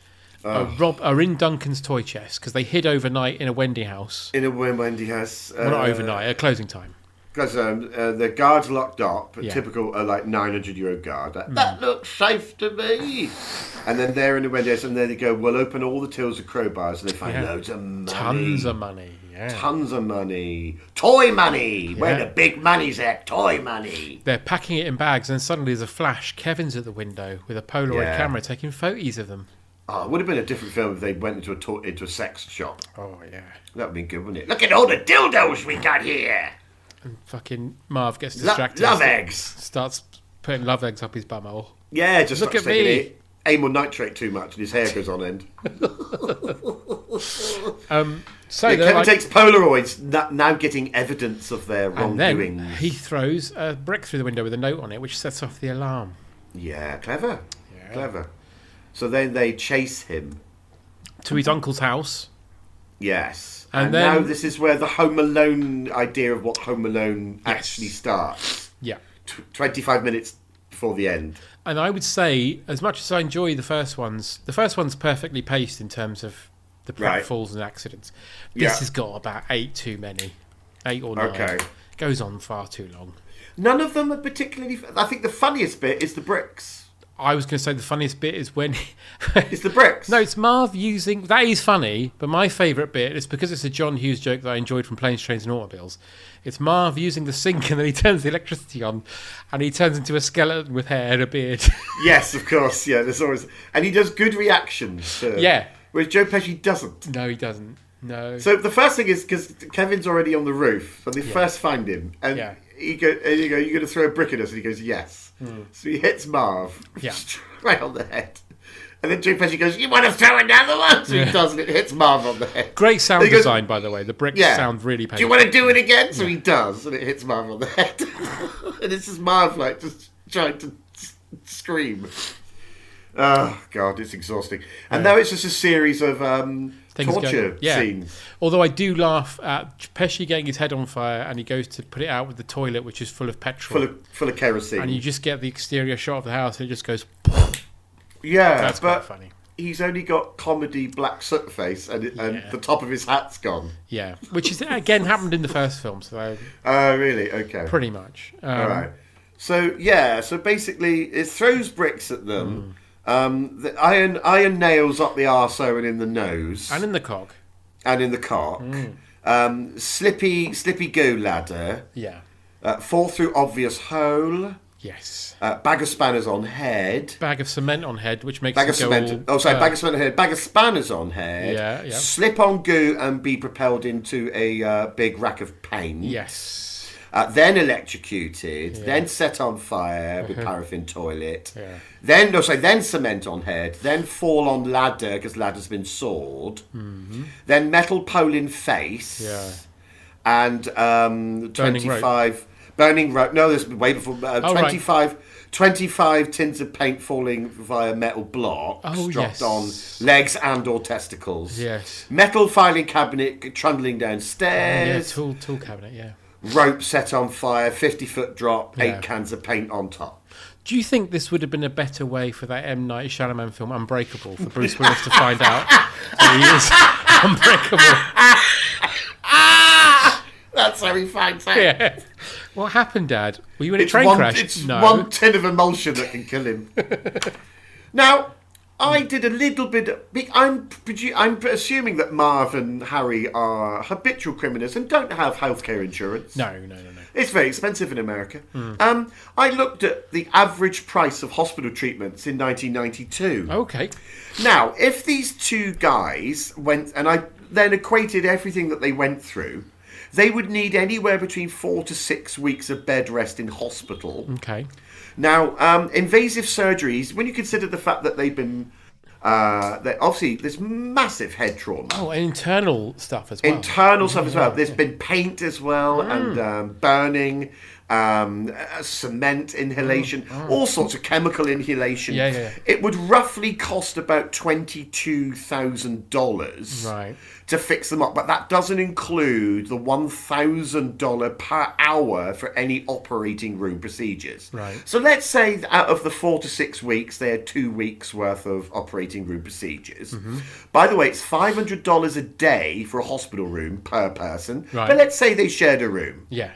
Speaker 6: Are, rob- are in Duncan's toy chest because they hid overnight in a Wendy house.
Speaker 7: in a when Wendy has. Uh,
Speaker 6: Well, not overnight, at closing time.
Speaker 7: Because um, uh, the guard's locked up, a
Speaker 6: Yeah. Mm.
Speaker 7: typical uh, like 900 euro guard. Like, That looks safe to me. And then they're in the window, and there they go, we'll open all the tills of crowbars, and they find
Speaker 6: Yeah.
Speaker 7: loads of money.
Speaker 6: Tons of money. Yeah.
Speaker 7: Tons of money. Toy money! Where
Speaker 6: Yeah.
Speaker 7: the big money's at, toy money.
Speaker 6: They're packing it in bags, and suddenly there's a flash. Kevin's at the window with a Polaroid
Speaker 7: Yeah.
Speaker 6: camera taking photos of them.
Speaker 7: Oh, it would have been a different film if they went into a, to- into a sex shop.
Speaker 6: Oh, yeah.
Speaker 7: That would be good, wouldn't it? Look at all the dildos we got here.
Speaker 6: Fucking Marv gets
Speaker 7: Lo-
Speaker 6: distracted.
Speaker 7: love eggs.
Speaker 6: Starts putting love eggs up his bumhole.
Speaker 7: Yeah, just
Speaker 6: Look
Speaker 7: starts
Speaker 6: at me.
Speaker 7: taking it. Amyl nitrate too much, and his hair goes on end.
Speaker 6: So
Speaker 7: Yeah,
Speaker 6: they're
Speaker 7: Kevin
Speaker 6: like-
Speaker 7: takes Polaroids, na- now getting evidence of their
Speaker 6: and then
Speaker 7: wrongdoings.
Speaker 6: he throws a brick through the window with a note on it, which sets off the alarm.
Speaker 7: Yeah, clever, clever. So then they chase him.
Speaker 6: To his uncle's house.
Speaker 7: Yes,
Speaker 6: And
Speaker 7: and,
Speaker 6: then-
Speaker 7: now this is where the Home Alone idea of what Home Alone actually starts.
Speaker 6: Yeah.
Speaker 7: Tw Twenty-five minutes before the end.
Speaker 6: And I would say, as much as I enjoy the first ones, the first one's perfectly paced in terms of the prep
Speaker 7: Right.
Speaker 6: falls and accidents. This
Speaker 7: Yeah.
Speaker 6: has got about eight too many, eight or nine.
Speaker 7: Okay.
Speaker 6: Goes on far too long.
Speaker 7: None of them are particularly. F- I think the funniest bit is the bricks.
Speaker 6: I was going to say the funniest bit is when.
Speaker 7: It's the bricks.
Speaker 6: no, it's Marv using. That is funny, but my favourite bit is because it's a John Hughes joke that I enjoyed from Planes, Trains, and Automobiles. It's Marv using the sink and then he turns the electricity on and he turns into a skeleton with hair and a beard.
Speaker 7: Yes, of course. Yeah, there's always, and he does good reactions. To,
Speaker 6: Yeah.
Speaker 7: Whereas Joe Pesci doesn't.
Speaker 6: no, he doesn't. No.
Speaker 7: So the first thing is because Kevin's already on the roof, so they first find him, and
Speaker 6: Yeah.
Speaker 7: he go, and you go, "You're going to throw a brick at us," and he goes, "Yes." So he hits Marv
Speaker 6: Hmm. Yeah.
Speaker 7: right on the head, and then Joe Pesci goes, "You want to throw another one?" So he does, and it hits Marv on the head.
Speaker 6: Great sound
Speaker 7: He goes,
Speaker 6: design, by the way. The bricks
Speaker 7: Yeah.
Speaker 6: sound really
Speaker 7: Do
Speaker 6: painful.
Speaker 7: you want to do it again? So he does, and it hits Marv on the head, and it's just Marv like just trying to s- scream. Oh god, it's exhausting. And now it's just a series of um,
Speaker 6: Things going-
Speaker 7: torture
Speaker 6: yeah.
Speaker 7: scenes.
Speaker 6: Although I do laugh at Pesci getting his head on fire and he goes to put it out with the toilet, which is full of petrol.
Speaker 7: Full of, full of kerosene.
Speaker 6: and you just get the exterior shot of the house and it just goes.
Speaker 7: Yeah,
Speaker 6: That's
Speaker 7: but
Speaker 6: quite funny.
Speaker 7: He's only got comedy black soot face, and, it, and
Speaker 6: Yeah.
Speaker 7: the top of his hat's gone.
Speaker 6: Yeah. Which is, again, happened in the first film, so
Speaker 7: Oh, really? Okay.
Speaker 6: pretty much. Um,
Speaker 7: All right. So yeah, so basically, it throws bricks at
Speaker 6: Hmm.
Speaker 7: them. Um, the iron iron nails up the arso and in the nose
Speaker 6: And Hmm. in the cock.
Speaker 7: and in the cock. Um, slippy slippy go ladder.
Speaker 6: Yeah.
Speaker 7: Uh, fall through obvious hole.
Speaker 6: Yes.
Speaker 7: Uh, bag of spanners on head.
Speaker 6: Bag of cement on head, which makes
Speaker 7: Bag
Speaker 6: it
Speaker 7: of
Speaker 6: go
Speaker 7: cement.
Speaker 6: all-
Speaker 7: Oh, sorry,
Speaker 6: uh,
Speaker 7: bag of cement on head. Bag of spanners on head.
Speaker 6: Yeah, yeah.
Speaker 7: Slip on goo and be propelled into a uh, big rack of pain.
Speaker 6: Yes.
Speaker 7: Uh, then electrocuted. Then set on fire with paraffin toilet.
Speaker 6: Uh-huh. Yeah.
Speaker 7: Then no, sorry, then cement on head. Then fall on ladder because ladder's been sawed. Then metal pole in face.
Speaker 6: Mm-hmm. Yeah.
Speaker 7: And um,
Speaker 6: Burning rope.
Speaker 7: twenty-five burning rope. No, this is way before uh,
Speaker 6: Oh, right.
Speaker 7: 25, 25 tins of paint falling via metal blocks
Speaker 6: Oh,
Speaker 7: dropped
Speaker 6: yes.
Speaker 7: on legs and or testicles.
Speaker 6: Yes.
Speaker 7: Metal filing cabinet trundling
Speaker 6: Oh, Yeah,
Speaker 7: downstairs.
Speaker 6: tool, tool cabinet, yeah.
Speaker 7: rope set on fire. Fifty foot drop.
Speaker 6: Yeah.
Speaker 7: Eight cans of paint on top.
Speaker 6: Do you think this would have been a better way for that M Night Shyamalan film Unbreakable for Bruce Willis to find out that he is unbreakable?
Speaker 7: That's how he finds out.
Speaker 6: Yeah. What happened, Dad? Were you in a
Speaker 7: It's
Speaker 6: train
Speaker 7: one,
Speaker 6: crash?
Speaker 7: It's
Speaker 6: no.
Speaker 7: one tin of emulsion that can kill him. now, I did a little bit. I'm produ- I'm assuming that Marv and Harry are habitual criminals and don't have healthcare insurance.
Speaker 6: no, Hmm. no, no, no.
Speaker 7: It's very expensive in America. Um, I looked at the average price of hospital treatments in 1992.
Speaker 6: Okay.
Speaker 7: Now, if these two guys went, and I then equated everything that they went through, They would need anywhere between four to six weeks of bed rest in hospital.
Speaker 6: Okay.
Speaker 7: Now, um, invasive surgeries, when you consider the fact that they've been, uh, that obviously there's massive head trauma.
Speaker 6: Oh, and internal stuff as well. Mm.
Speaker 7: Internal stuff as well. There's been paint as well, and um, burning, um, uh, cement inhalation, all sorts of chemical inhalation.
Speaker 6: Mm, Yeah, yeah, yeah.
Speaker 7: It would roughly cost about twenty-two thousand dollars
Speaker 6: Right.
Speaker 7: to fix them up, but that doesn't include the one thousand dollar per hour for any operating room procedures.
Speaker 6: Right.
Speaker 7: So let's say that out of the four to six weeks, they had two weeks worth of operating room procedures.
Speaker 6: Mm-hmm.
Speaker 7: By the way, it's five hundred dollars a day for a hospital room per person.
Speaker 6: Right.
Speaker 7: But let's say they shared a room.
Speaker 6: yeah.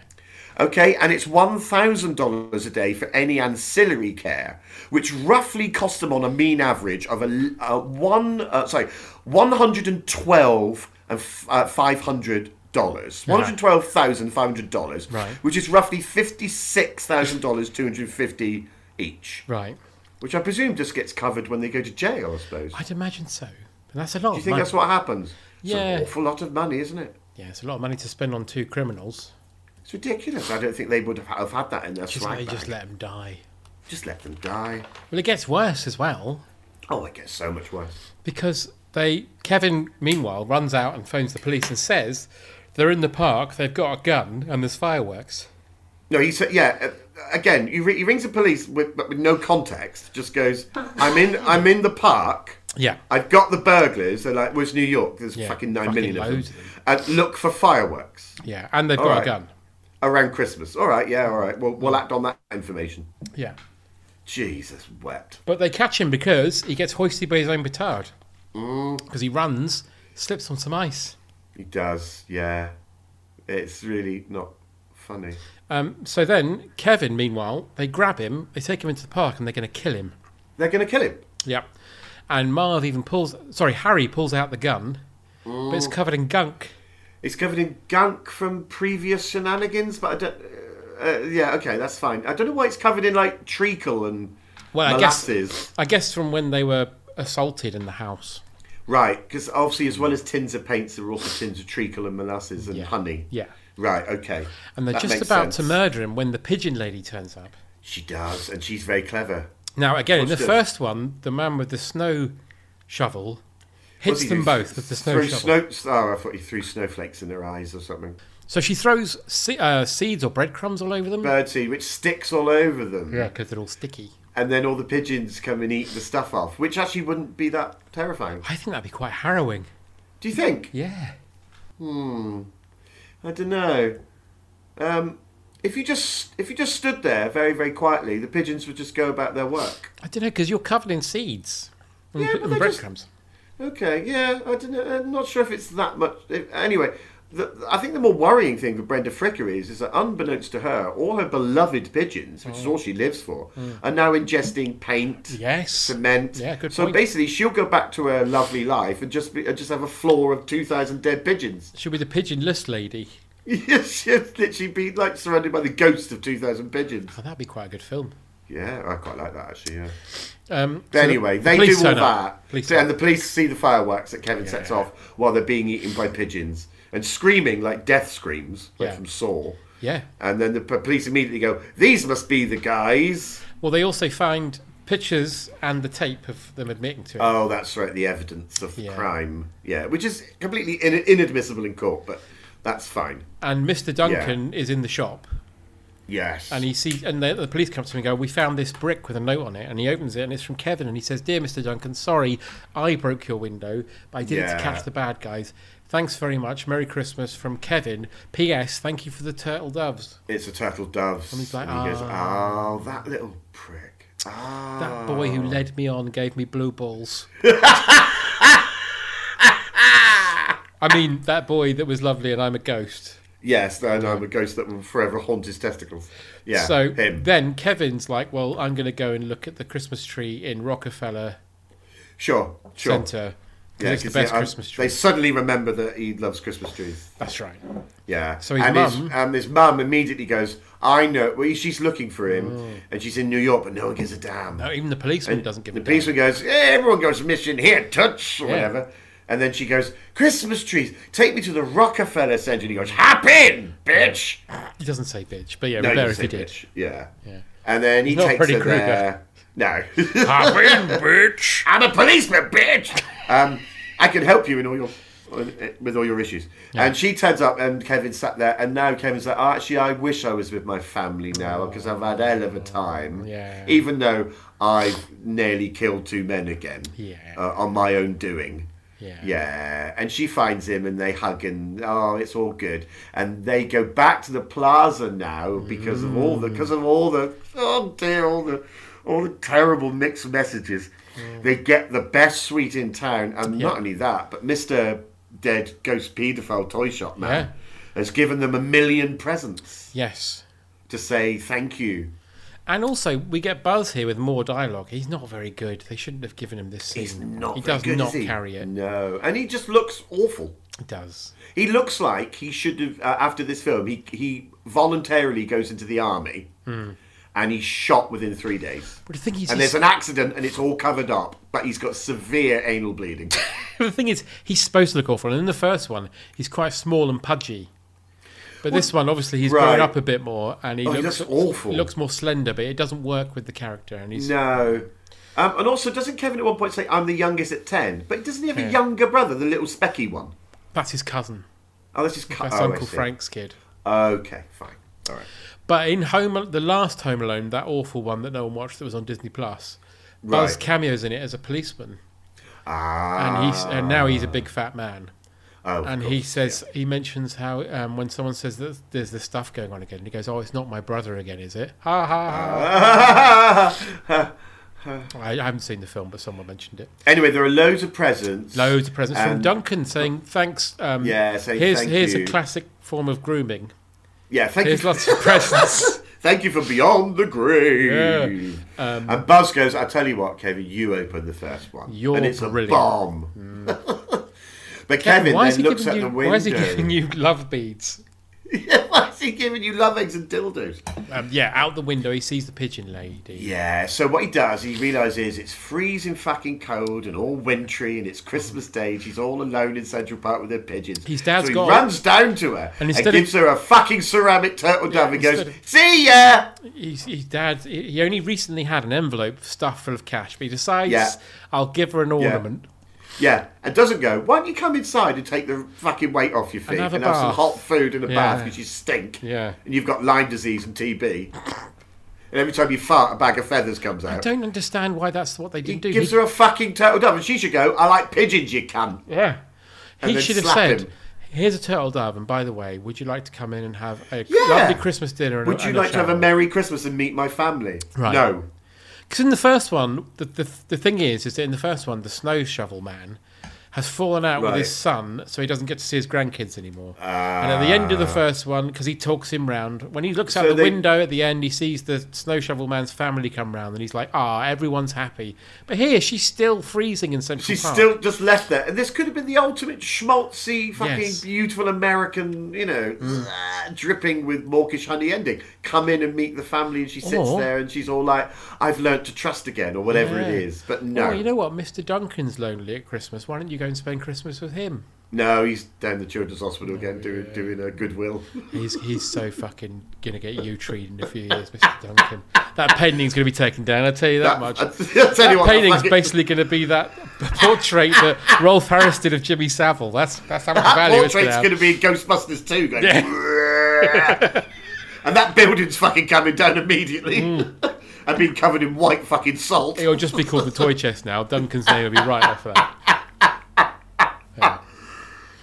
Speaker 7: Okay, and it's one thousand dollars a day for any ancillary care, which roughly costs them on a mean average of a uh, one uh, sorry one hundred and twelve and f- uh, five hundred dollars, one hundred twelve thousand five hundred dollars,
Speaker 6: Right.
Speaker 7: which is roughly fifty six thousand dollars two hundred fifty each,
Speaker 6: Right.
Speaker 7: which I presume just gets covered when they go to jail. I suppose.
Speaker 6: I'd imagine so. But that's a lot.
Speaker 7: Do you
Speaker 6: of
Speaker 7: think
Speaker 6: money.
Speaker 7: that's what happens?
Speaker 6: Yeah.
Speaker 7: it's an awful lot of money, isn't it?
Speaker 6: Yeah, it's a lot of money to spend on two criminals.
Speaker 7: It's ridiculous. I don't think they would have- have had that in their
Speaker 6: Just,
Speaker 7: swag
Speaker 6: they
Speaker 7: bag.
Speaker 6: just let them die.
Speaker 7: just let them die.
Speaker 6: Well, it gets worse as well
Speaker 7: Oh, it gets so much worse.
Speaker 6: because they Kevin meanwhile runs out and phones the police and says they're in the park, they've got a gun, and there's fireworks.
Speaker 7: No, he said, yeah. uh, Again, he, re- he rings the police with, but with no context. Just goes, "I'm in, I'm in the park.
Speaker 6: Yeah.
Speaker 7: I've got the burglars. They're like, where's New York? There's
Speaker 6: Yeah,
Speaker 7: fucking nine
Speaker 6: fucking
Speaker 7: million
Speaker 6: loads
Speaker 7: of
Speaker 6: of
Speaker 7: them. And look for fireworks
Speaker 6: Yeah, and they've
Speaker 7: All
Speaker 6: got
Speaker 7: right.
Speaker 6: a gun.
Speaker 7: around Christmas. All right, yeah, all right. Well, we'll act on that information.
Speaker 6: Yeah.
Speaker 7: Jesus wept.
Speaker 6: But they catch him because he gets hoisted by his own petard. Because he runs, slips on some ice.
Speaker 7: He does. Yeah, it's really not funny.
Speaker 6: Um, so then Kevin, meanwhile, they grab him, they take him into the park, and they're going to kill him.
Speaker 7: They're gonna kill him.
Speaker 6: Yep. And Marv even pulls, sorry, Harry pulls out the gun, but it's covered in gunk.
Speaker 7: It's covered in gunk from previous shenanigans, but I don't. Uh, yeah, okay, that's fine. I don't know why it's covered in like treacle and
Speaker 6: Well, I guess-
Speaker 7: molasses,
Speaker 6: I guess from when they were assaulted in the house.
Speaker 7: right? Because obviously, as well as tins of paints, there are also tins of treacle and molasses and
Speaker 6: Yeah.
Speaker 7: honey.
Speaker 6: Yeah.
Speaker 7: Right. Okay.
Speaker 6: And they're
Speaker 7: That
Speaker 6: just
Speaker 7: makes
Speaker 6: about to
Speaker 7: sense.
Speaker 6: murder him when the pigeon lady turns up.
Speaker 7: She does, and she's very clever.
Speaker 6: Now, again, in the
Speaker 7: What's this?
Speaker 6: first one, the man with the snow shovel hits
Speaker 7: What do
Speaker 6: them
Speaker 7: you do?
Speaker 6: both with the snow
Speaker 7: Threw
Speaker 6: shovel.
Speaker 7: snow- oh, I thought he threw snowflakes in their eyes or something.
Speaker 6: So she throws se- uh, seeds or breadcrumbs all over them.
Speaker 7: Birdseed, which sticks all over them,
Speaker 6: yeah, because they're all sticky.
Speaker 7: and then all the pigeons come and eat the stuff off, which actually wouldn't be that terrifying.
Speaker 6: I think that'd be quite harrowing.
Speaker 7: Do you think?
Speaker 6: Yeah.
Speaker 7: I don't know. Um, if you just if you just stood there very very quietly, the pigeons would just go about their work.
Speaker 6: I don't know because you're covered in seeds and,
Speaker 7: Yeah,
Speaker 6: p-
Speaker 7: but
Speaker 6: and
Speaker 7: they just-
Speaker 6: breadcrumbs.
Speaker 7: Okay, yeah, I don't know. I'm not sure if it's that much. If, anyway, the, I think the more worrying thing for Brenda Fricker is is that unbeknownst to her, all her beloved pigeons,
Speaker 6: Mm.
Speaker 7: which is all she lives for, are now ingesting paint,
Speaker 6: Yes.
Speaker 7: cement.
Speaker 6: Mm. Yeah, good
Speaker 7: so
Speaker 6: point.
Speaker 7: basically, she'll go back to her lovely life and just be, and just have a floor of two thousand dead pigeons.
Speaker 6: She'll be the pigeonless lady.
Speaker 7: she'll literally be like surrounded by the ghosts of two thousand pigeons.
Speaker 6: Oh, that'd be quite a good film.
Speaker 7: Yeah, I quite like that actually. Yeah.
Speaker 6: Um,
Speaker 7: But
Speaker 6: so the-
Speaker 7: anyway,
Speaker 6: the
Speaker 7: they
Speaker 6: police
Speaker 7: do all
Speaker 6: turn up.
Speaker 7: that,
Speaker 6: Police
Speaker 7: and the
Speaker 6: turn up.
Speaker 7: police see the fireworks that Kevin sets off while they're being eaten by pigeons and screaming like death screams, like
Speaker 6: Yeah.
Speaker 7: from Saw.
Speaker 6: Yeah.
Speaker 7: And then the p- police immediately go, "These must be the guys."
Speaker 6: Well, they also find pictures and the tape of them admitting to it.
Speaker 7: Oh, that's right, the evidence of the
Speaker 6: Yeah.
Speaker 7: crime. Yeah, which is completely in- inadmissible in court, but that's fine.
Speaker 6: and Mr. Duncan is in the shop,
Speaker 7: Yes.
Speaker 6: and he sees, and the, the police come to him and go, "We found this brick with a note on it." And he opens it, and it's from Kevin, and he says, "Dear Mr. Duncan, sorry, I broke your window, but I did it to
Speaker 7: Yeah.
Speaker 6: catch the bad guys. Thanks very much. Merry Christmas from Kevin. P.S. Thank you for the turtle doves.
Speaker 7: it's a turtle dove. And
Speaker 6: he's like, "Ah."
Speaker 7: he goes, "Oh, that little prick." Ah.
Speaker 6: That boy who led me on gave me blue balls." I mean, that boy that was lovely, and I'm a ghost.
Speaker 7: Yes, and I'm a ghost that will forever haunt his testicles. Yeah,
Speaker 6: So
Speaker 7: him.
Speaker 6: then Kevin's like, well, I'm going to go and look at the Christmas tree in Rockefeller
Speaker 7: Sure, sure.
Speaker 6: Center. 'cause it's the
Speaker 7: 'cause
Speaker 6: best
Speaker 7: they- um,
Speaker 6: Christmas tree.
Speaker 7: They suddenly remember that he loves Christmas trees.
Speaker 6: That's right.
Speaker 7: Yeah.
Speaker 6: So his
Speaker 7: and
Speaker 6: mum-
Speaker 7: his, um, his mum immediately goes, "I know." Well, she's looking for him,
Speaker 6: Oh.
Speaker 7: and she's in New York, but no one gives a damn.
Speaker 6: No, even the policeman doesn't give
Speaker 7: the
Speaker 6: a damn.
Speaker 7: policeman goes, "Eh, "Everyone goes missing here, touch or
Speaker 6: Yeah.
Speaker 7: whatever." And then she goes, Christmas trees, take me to the Rockefeller Center. And he goes, Hop in, bitch!
Speaker 6: He doesn't say bitch, but yeah,
Speaker 7: No,
Speaker 6: no,
Speaker 7: he
Speaker 6: Roberto
Speaker 7: doesn't
Speaker 6: he
Speaker 7: say
Speaker 6: did.
Speaker 7: bitch. Yeah. And then he
Speaker 6: Not
Speaker 7: takes
Speaker 6: Freddy
Speaker 7: her
Speaker 6: Krueger.
Speaker 7: there. No.
Speaker 6: Hop in, bitch.
Speaker 7: I'm a policeman, bitch! um, I can help you in all your with all your issues. And she turns up and Kevin sat there and now Kevin's like, oh, actually I wish I was with my family now because I've had hell of a time.
Speaker 6: Yeah.
Speaker 7: Even though I've nearly killed two men again.
Speaker 6: Yeah.
Speaker 7: Uh, on my own doing.
Speaker 6: Yeah.
Speaker 7: Yeah, and she finds him and they hug and oh, it's all good. And they go back to the plaza now because of all the because of all the oh dear, all the all the terrible mixed messages.
Speaker 6: Mm.
Speaker 7: They get the best suite in town, and not only that, but Mister Dead Ghost Paedophile Toy Shop Man has given them a million presents
Speaker 6: Yes.
Speaker 7: to say thank you.
Speaker 6: And also, we get Buzz here with more dialogue. He's not very good. They shouldn't have given him this scene.
Speaker 7: He's not.
Speaker 6: he
Speaker 7: very
Speaker 6: does
Speaker 7: good,
Speaker 6: not
Speaker 7: is he?
Speaker 6: carry it.
Speaker 7: No, and he just looks awful.
Speaker 6: He does.
Speaker 7: He looks like he should have. Uh, after this film, he he voluntarily goes into the army, and he's shot within three days.
Speaker 6: But the thing Hmm. is,
Speaker 7: And
Speaker 6: he's-
Speaker 7: there's an accident, and it's all covered up, but he's got severe anal bleeding.
Speaker 6: the thing is, he's supposed to look awful. And in the first one, he's quite small and pudgy. But this one, obviously, he's
Speaker 7: right.
Speaker 6: grown up a bit more, and he,
Speaker 7: Oh, he
Speaker 6: looks,
Speaker 7: looks awful.
Speaker 6: He looks more slender, but it doesn't work with the character. And he's
Speaker 7: no. Um, and also, doesn't Kevin at one point say, "I'm the youngest at 10? But doesn't he have a younger brother, the little specky one?
Speaker 6: that's his cousin.
Speaker 7: Oh, that's just cut.
Speaker 6: That's
Speaker 7: oh, I
Speaker 6: Uncle
Speaker 7: see.
Speaker 6: Frank's kid.
Speaker 7: Okay, fine, all right.
Speaker 6: But in Home, the last Home Alone, that awful one that no one watched, that was on Disney Plus, Buzz
Speaker 7: Right.
Speaker 6: cameos in it as a policeman,
Speaker 7: Ah,
Speaker 6: and he's and now he's a big fat man.
Speaker 7: oh, of
Speaker 6: and he
Speaker 7: course,
Speaker 6: says he mentions how um, when someone says that there's this stuff going on again, and he goes, "Oh, it's not my brother again, is it?" Ha ha. ha. I, I haven't seen the film, but someone mentioned it.
Speaker 7: Anyway, there are loads of presents.
Speaker 6: Loads of presents from
Speaker 7: And-
Speaker 6: Duncan saying thanks. Um,
Speaker 7: Yeah, saying
Speaker 6: here's
Speaker 7: thank
Speaker 6: here's
Speaker 7: you."
Speaker 6: a classic form of grooming.
Speaker 7: Yeah, thank
Speaker 6: Here's
Speaker 7: you.
Speaker 6: lots of presents.
Speaker 7: Thank you for Beyond the Grave.
Speaker 6: Um,
Speaker 7: and Buzz goes, I tell you what, Kevin, you open the first one.
Speaker 6: You're
Speaker 7: and it's
Speaker 6: brilliant. Mm.
Speaker 7: a bomb. but Kevin,
Speaker 6: why is
Speaker 7: then
Speaker 6: he
Speaker 7: looks
Speaker 6: giving
Speaker 7: at
Speaker 6: you?
Speaker 7: the window.
Speaker 6: Why is he giving you love beads?
Speaker 7: Yeah, why is he giving you love eggs and dildos?
Speaker 6: Um, yeah, out the window he sees the pigeon lady.
Speaker 7: Yeah, so what he does, he realises it's freezing fucking cold and all wintry and it's Christmas Day and she's all alone in Central Park with her pigeons.
Speaker 6: His dad's
Speaker 7: so he
Speaker 6: got-
Speaker 7: runs down to her
Speaker 6: And
Speaker 7: and,
Speaker 6: instead of-
Speaker 7: gives her a fucking ceramic turtle dove and goes,
Speaker 6: instead of-
Speaker 7: see ya!
Speaker 6: He's, his dad, he he only recently had an envelope stuffed full of cash, but he decides,
Speaker 7: Yeah.
Speaker 6: I'll give her an ornament.
Speaker 7: Yeah, and doesn't go. Why don't you come inside and take the fucking weight off your feet
Speaker 6: And
Speaker 7: and
Speaker 6: have
Speaker 7: have,
Speaker 6: a
Speaker 7: some
Speaker 6: bath."
Speaker 7: hot food and a
Speaker 6: Yeah.
Speaker 7: bath because you stink.
Speaker 6: Yeah.
Speaker 7: and you've got Lyme disease and TB. And every time you fart, a bag of feathers comes
Speaker 6: I
Speaker 7: out.
Speaker 6: don't understand why that's what they
Speaker 7: He
Speaker 6: didn't do.
Speaker 7: gives
Speaker 6: He-
Speaker 7: her a fucking turtle dove, and she should go. I like pigeons, you cunt.
Speaker 6: yeah.
Speaker 7: and
Speaker 6: He
Speaker 7: then
Speaker 6: should have
Speaker 7: slap
Speaker 6: said,
Speaker 7: him.
Speaker 6: Here's a turtle dove, and by the way, would you like to come in and have a
Speaker 7: Yeah.
Speaker 6: lovely Christmas dinner? And
Speaker 7: Would you like to have a Merry Christmas and meet my family?
Speaker 6: Right.
Speaker 7: No.
Speaker 6: Because in the first one, the, the, the thing is, is that in the first one, the snow shovel man has fallen out with
Speaker 7: Right.
Speaker 6: his son, so he doesn't get to see his grandkids anymore. and at the end of the first one, because he talks him round, when he looks out
Speaker 7: Ah. So
Speaker 6: the
Speaker 7: they-
Speaker 6: window at the end, he sees the snow shovel man's family come round, and he's like, ah, everyone's happy. But here, she's still freezing in Central
Speaker 7: She's
Speaker 6: Park.
Speaker 7: still just left there. And this could have been the ultimate schmaltzy, fucking
Speaker 6: Yes. Mm.
Speaker 7: beautiful American, you know, ah, dripping with mawkish honey ending. Come in and meet the family, and she sits
Speaker 6: Or-
Speaker 7: there and she's all like, I've learnt to trust again, or whatever it
Speaker 6: Yeah.
Speaker 7: is. But no.
Speaker 6: Oh, you know what? Mr. Duncan's lonely at Christmas. Why don't you go and spend Christmas with him?
Speaker 7: no, he's down the children's hospital again doing, doing a goodwill.
Speaker 6: He's he's so fucking gonna get you treated in a few years, Mr. Duncan. That painting's gonna be taken down. I tell you that, much.
Speaker 7: I, will tell you
Speaker 6: that
Speaker 7: what, I
Speaker 6: painting's
Speaker 7: fucking-
Speaker 6: basically going to be that portrait that Rolf Harris did of Jimmy Savile. That's that's how much
Speaker 7: that
Speaker 6: value it's going to
Speaker 7: portrait's
Speaker 6: have.
Speaker 7: going to be in Ghostbusters 2 going. and that building's fucking coming down immediately.
Speaker 6: Mm.
Speaker 7: and being covered in white fucking salt.
Speaker 6: It'll just be called the toy chest now. Duncan's name will be right after that.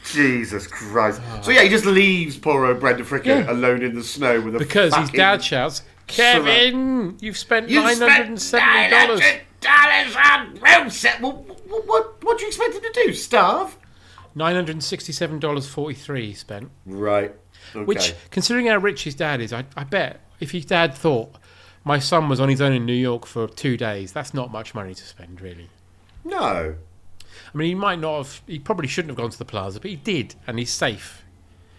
Speaker 7: Jesus Christ. So yeah, he just leaves poor old Brenda Fricker
Speaker 6: Ah. Yeah.
Speaker 7: alone in the snow with a
Speaker 6: Because his
Speaker 7: fucking-
Speaker 6: dad shouts, "Kevin, you've spent
Speaker 7: You
Speaker 6: nine hundred and seventy dollars."
Speaker 7: dollars on roast. Well, what, what, what do you expect him to do? Starve?
Speaker 6: Nine hundred and sixty-seven dollars forty-three he spent.
Speaker 7: Right. Okay.
Speaker 6: Which, considering how rich his dad is, I, I bet if his dad thought my son was on his own in New York for two days, that's not much money to spend, really.
Speaker 7: no.
Speaker 6: I mean, he might not have. He probably shouldn't have gone to the plaza, but he did, and he's safe.